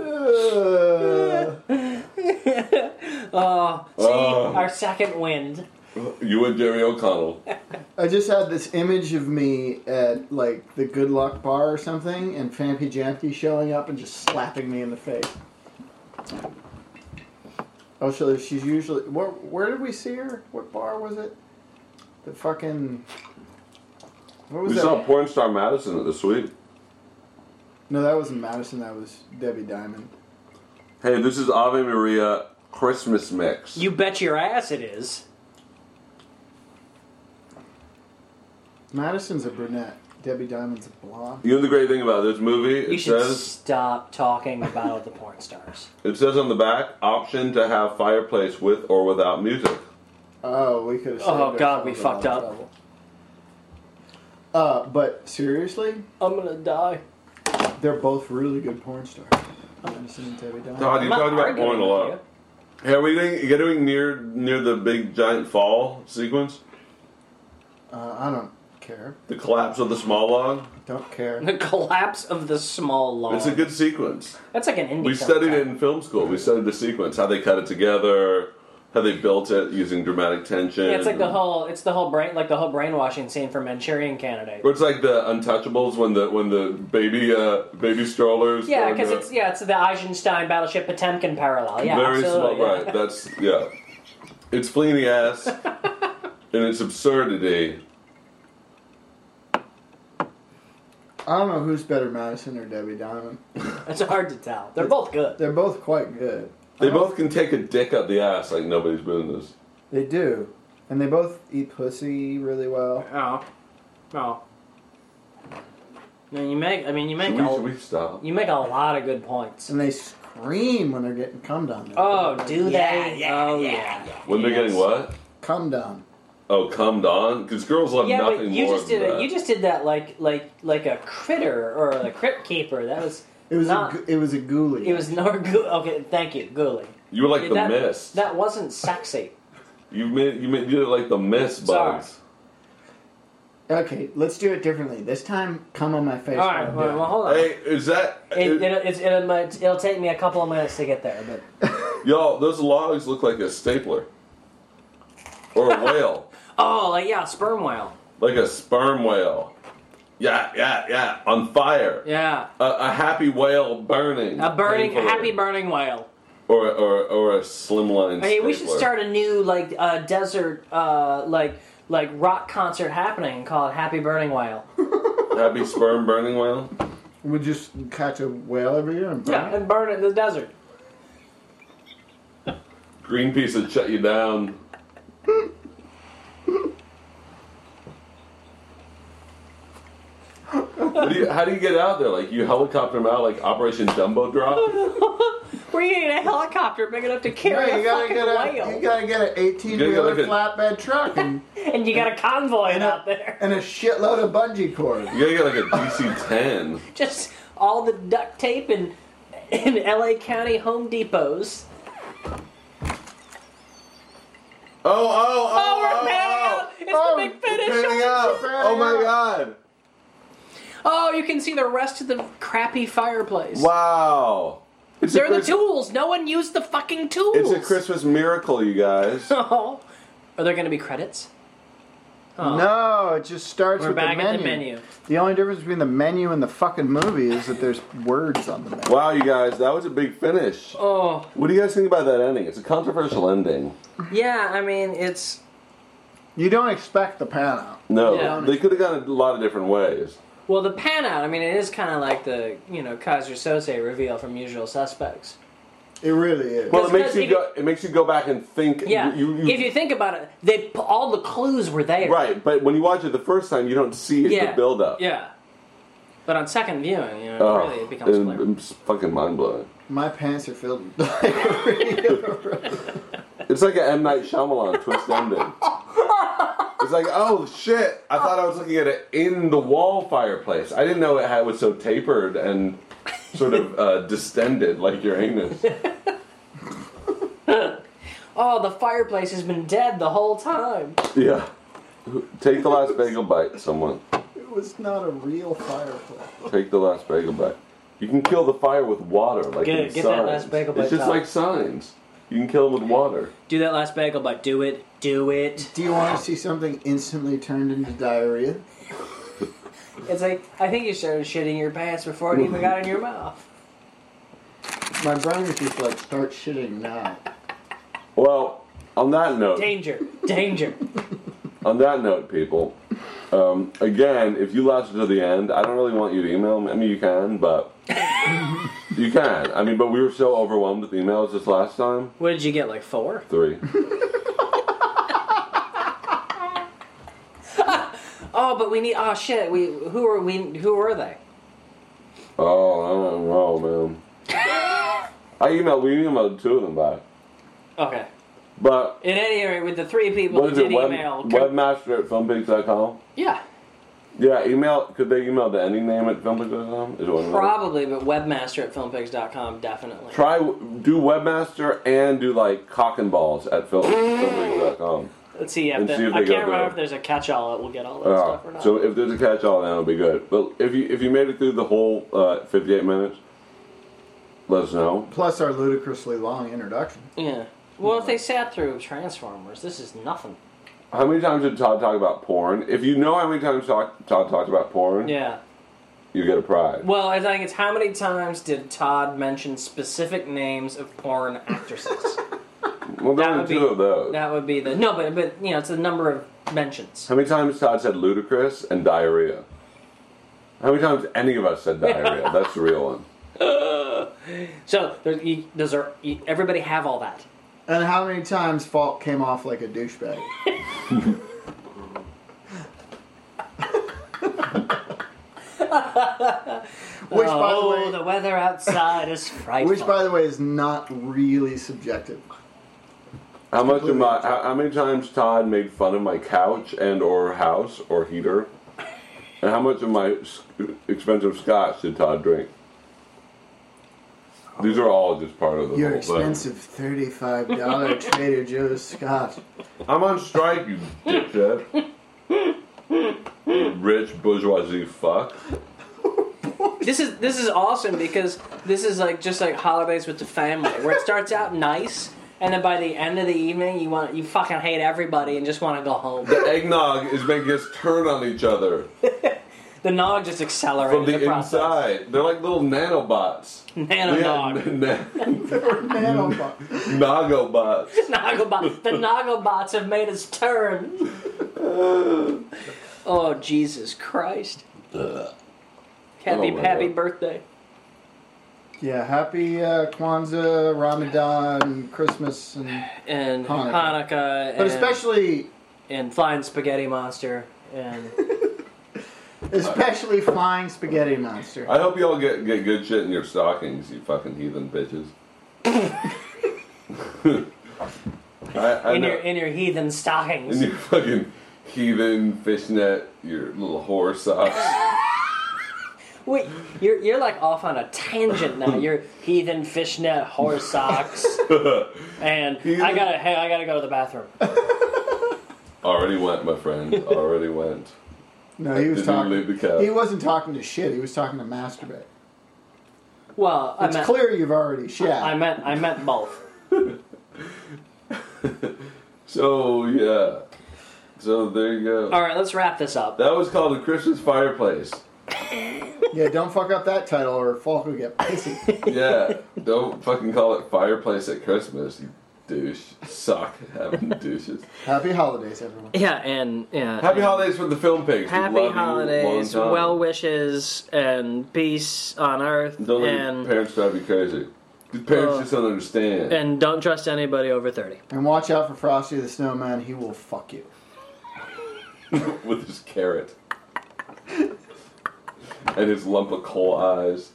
S3: Uh,
S2: Or? Oh, see,
S1: Oh. Uh.
S2: our second wind.
S1: You and Jerry O'Connell.
S3: I just had this image of me at like the Good Luck Bar or something, and Fampy Jampy showing up and just slapping me in the face. Oh, so she's usually where? Where did we see her? What bar was it? The fucking. What was
S1: We
S3: that?
S1: saw porn star Madison at the suite.
S3: No, that wasn't Madison. That was Debbie Diamond.
S1: Hey, this is Ave Maria Christmas mix.
S2: You bet your ass it is.
S3: Madison's a brunette. Debbie Diamond's a blonde.
S1: You know the great thing about this movie? It
S2: You should
S1: says
S2: stop talking about the porn stars.
S1: it says on the back option to have fireplace with or without music.
S3: Oh, we could have.
S2: Oh, God, we fucked up.
S3: Uh, but seriously,
S2: I'm gonna die.
S3: they're both really good porn stars. Madison and Debbie Diamond.
S1: Todd, you
S2: not
S1: talked about
S2: arguing
S1: porn a
S2: with
S1: lot. Hey, are we getting, getting near near the big giant fall sequence?
S3: Uh, I don't care.
S1: The collapse of the small log?
S3: Don't care.
S2: The collapse of the small log.
S1: It's a good sequence.
S2: That's like an indie.
S1: We
S2: film
S1: studied it
S2: title.
S1: in film school. We studied the sequence, how they cut it together, how they built it using dramatic tension.
S2: Yeah, it's like the whole. It's the whole brain, like the whole brainwashing scene from Manchurian Candidate.
S1: Or it's like the Untouchables when the when the baby uh, baby strollers.
S2: Yeah,
S1: on
S2: because
S1: the-
S2: it's yeah, it's the Eisenstein battleship Potemkin parallel. Yeah,
S1: very
S2: absolutely.
S1: small. Right. That's yeah. It's flea in the ass and its absurdity.
S3: I don't know who's better, Madison or Debbie Diamond.
S2: It's hard to tell. They're both good.
S3: They're both quite good.
S1: They
S2: Uh-huh.
S1: both can take a dick up the ass like nobody's business.
S3: They do, and they both eat pussy really well.
S9: Oh, oh.
S2: No, you make. I mean, you make
S1: Should we,
S2: a,
S1: should we stop?
S2: you make a lot of good points.
S3: And they scream when they're getting cum down.
S2: Oh, do
S9: Yeah,
S2: they?
S9: yeah,
S2: oh,
S9: yeah,
S2: yeah.
S1: When they're
S2: yes.
S1: getting what?
S3: cum down.
S1: Oh, come on, because girls love
S2: Yeah,
S1: nothing
S2: but you
S1: more
S2: just
S1: than
S2: did it.
S1: that.
S2: You just did that like like like a critter or a crypt keeper. That was
S3: It was
S2: Not-
S3: a gu- it was a ghoulie.
S2: it was no good. Okay, thank you, Ghoulie.
S1: You were like the
S2: that,
S1: mist.
S2: That wasn't sexy.
S1: you made you made you did it like the mist
S2: Sorry.
S1: bugs.
S3: okay. Let's do it differently this time. Cum on my face.
S2: All right,
S3: while I'm
S2: well,
S3: doing
S2: well,
S3: it.
S2: hold on.
S1: Hey, is that
S2: It,
S1: it-
S2: it'll, it's, it'll, might- it'll take me a couple of minutes to get there, but
S1: y'all? Those logs look like a stapler or a whale,
S2: oh, like yeah, sperm whale.
S1: like a sperm whale. Yeah, yeah, yeah, on fire.
S2: Yeah,
S1: A, a happy whale burning.
S2: a burning,
S1: painfully.
S2: happy burning whale.
S1: or or or a slimline.
S2: Hey, we should
S1: stapler.
S2: start a new like uh, desert uh, like like rock concert happening and call it Happy Burning Whale.
S1: Happy sperm burning whale.
S3: We just catch a whale every year and burn
S2: Yeah,
S3: it.
S2: and burn it in the desert.
S1: Greenpeace would shut you down. What do you, how do you get out there? Like you helicopter 'em out, like Operation Dumbo Drop.
S2: We need a helicopter big enough to carry
S3: No,
S2: a
S3: you gotta
S2: fucking
S3: get
S2: whale,
S3: a you gotta get an eighteen
S1: You gotta
S3: wheeler
S1: get like
S3: flatbed truck and,
S2: and you got a convoy
S3: And a-
S2: out there.
S3: and a shitload of bungee cords.
S1: You gotta get like a DC ten.
S2: Just all the duct tape and in L.A. County Home Depots.
S1: Oh oh oh!
S2: Oh, we're panning out. It's
S3: oh,
S2: the big finish.
S1: Panning out! Oh my god!
S2: Oh, you can see the rest of the crappy fireplace.
S1: Wow! It's a
S2: They're the
S1: Christ-
S2: tools. No one used the fucking tools.
S1: It's a Christmas miracle, you guys.
S2: Oh. Are there going to be credits? Oh.
S3: No, it just starts
S2: We're
S3: with
S2: back
S3: the menu.
S2: at the menu.
S3: The only difference between the menu and the fucking movie is that there's words on the menu.
S1: Wow, you guys, that was a big finish.
S2: Oh.
S1: What do you guys think about that ending? It's a controversial ending.
S2: Yeah, I mean, it's.
S3: You don't expect the pan out.
S1: No,
S2: Yeah.
S1: they could have gone a lot of different ways.
S2: Well, the pan out, I mean, it is kind of like the, you know, Kaiser Sose reveal from Usual Suspects.
S3: It really is.
S1: Well, it makes
S2: because
S1: you
S2: if you-
S1: go. It makes you go back and think.
S2: Yeah.
S1: you, you-
S2: if you think about it, they p- all the clues were there.
S1: right, but when you watch it the first time, you don't see it,
S2: Yeah.
S1: the build up.
S2: Yeah. But on second viewing, you know,
S1: oh,
S2: really it becomes
S1: and-
S2: clear.
S1: it's fucking mind blowing.
S3: My pants are filled with
S1: It's like an M Night Shyamalan twist ending. It's like, oh shit! I thought I was looking at an in the wall fireplace. I didn't know it had, was so tapered and sort of uh, distended like your anus.
S2: Oh, the fireplace has been dead the whole time.
S1: Yeah. Take the last bagel bite, someone.
S3: It was not a real fireplace.
S1: Take the last bagel bite. You can kill the fire with water, like
S2: Get-
S1: in
S2: get that
S1: signs.
S2: last bagel bite
S1: It's just
S2: out.
S1: like signs. You can kill with water.
S2: Do that last bagel, but do it. Do it.
S3: Do you want to see something instantly turned into diarrhea?
S2: It's like, I think you started shitting your pants before it even got in your mouth.
S3: My brain is just like, start shitting now.
S1: Well, on that note,
S2: Danger. Danger.
S1: on that note, people. Um, again, if you lasted to the end, I don't really want you to email me. I mean, you can, but you can. I mean, but we were so overwhelmed with emails this last time.
S2: What did you get, like four?
S1: Three.
S2: Oh, but we need, oh shit, we, who are we, who are they?
S1: Oh, I don't know, man. I emailed. We emailed two of them back,
S2: Okay.
S1: but
S2: At any rate, with the three people
S1: what
S2: that
S1: is it?
S2: did
S1: Web,
S2: email.
S1: webmaster at filmpeaks.com.
S2: yeah,
S1: Yeah, email. Could they email the ending name at filmpeaks.com? Is it one of those?
S2: probably, but webmaster at filmpigs.com, definitely.
S1: Try do webmaster and do like cock and balls at film, filmpeaks.com.
S2: Let's see. If
S1: And
S2: the,
S1: see if
S2: I
S1: they go
S2: can't remember
S1: there.
S2: if there's a catch-all that will get all that
S1: Oh,
S2: stuff or not.
S1: so if there's a catch-all, then it'll be good. But if you if you made it through the whole uh, 58 minutes, let us know.
S3: Plus our ludicrously long introduction.
S2: yeah. Well, if they sat through Transformers, this is nothing.
S1: How many times did Todd talk about porn? If you know how many times talk, Todd talked about porn,
S2: Yeah.
S1: you get a prize.
S2: Well, I think it's how many times did Todd mention specific names of porn actresses?
S1: Well, there
S2: that
S1: were
S2: would be-
S1: two of those.
S2: that would be the no, but but you know, it's the number of mentions.
S1: How many times Todd said ludicrous and diarrhea? How many times any of us said diarrhea? That's the real one.
S2: So there, you, those are you, everybody have all that.
S3: And how many times Falk came off like a douchebag? which, by the
S2: oh,
S3: way,
S2: the weather outside is frightful.
S3: which, by the way, is not really subjective.
S1: How much of my? How, how many times Todd made fun of my couch and or house or heater? And how much of my s- expensive scotch did Todd drink? These are all just part of the
S3: Your
S1: whole
S3: expensive thirty-five dollar Trader Joe's scotch.
S1: thing. I'm on strike, you dickhead. You Rich bourgeoisie fuck.
S2: This is this is awesome because this is like just like holidays with the family, where it starts out nice, and then by the end of the evening, you want you fucking hate everybody and just want to go home.
S1: The eggnog is making us turn on each other
S2: The nog just accelerated
S1: from the,
S2: the, process.
S1: inside. They're like little nanobots. We
S2: Nano nog.
S1: had na-
S3: Man, oh my-
S1: Nagobots.
S2: Nogglebot. The Nogglebots have made us turn. oh Jesus Christ! Happy
S1: Oh, my
S2: happy
S1: God.
S2: birthday.
S3: yeah, happy uh, Kwanzaa, Ramadan, Christmas, and
S2: And
S3: Hanukkah.
S2: Hanukkah,
S3: but
S2: and,
S3: especially
S2: and flying spaghetti monster and
S3: especially flying spaghetti monster.
S1: I hope you all get, get good shit in your stockings, you fucking heathen bitches. I, I
S2: in
S1: know.
S2: your in your heathen stockings.
S1: in your fucking heathen fishnet, your little whore socks.
S2: Wait, you're you're like off on a tangent now. You're heathen fishnet horse socks, and I gotta hey, I gotta go to the bathroom.
S1: Already went, my friend. Already went.
S3: No, he was
S1: Did you leave
S3: talking.
S1: the couch?
S3: He wasn't talking to shit. He was talking to masturbate.
S2: Well, I
S3: It's
S2: meant
S3: clear you've already shit.
S2: I meant I meant both.
S1: So, yeah. So, there you go.
S2: All right, let's wrap this up.
S1: That was called the Christmas Fireplace.
S3: yeah, don't fuck up that title or Falk will get pissy.
S1: Yeah. Don't fucking call it Fireplace at Christmas, you douche. Sock having douches.
S3: Happy holidays, everyone.
S2: Yeah, and yeah.
S1: Happy holidays for the film pigs. We
S2: Happy
S1: love you. Long
S2: holidays,
S1: time.
S2: well wishes, and peace on earth,
S1: Don't let your
S2: and
S1: parents drive you crazy. Your parents
S2: Uh,
S1: just don't understand.
S2: and don't trust anybody over thirty.
S3: And watch out for Frosty the Snowman. He will fuck you.
S1: with his carrot and his lump of coal eyes.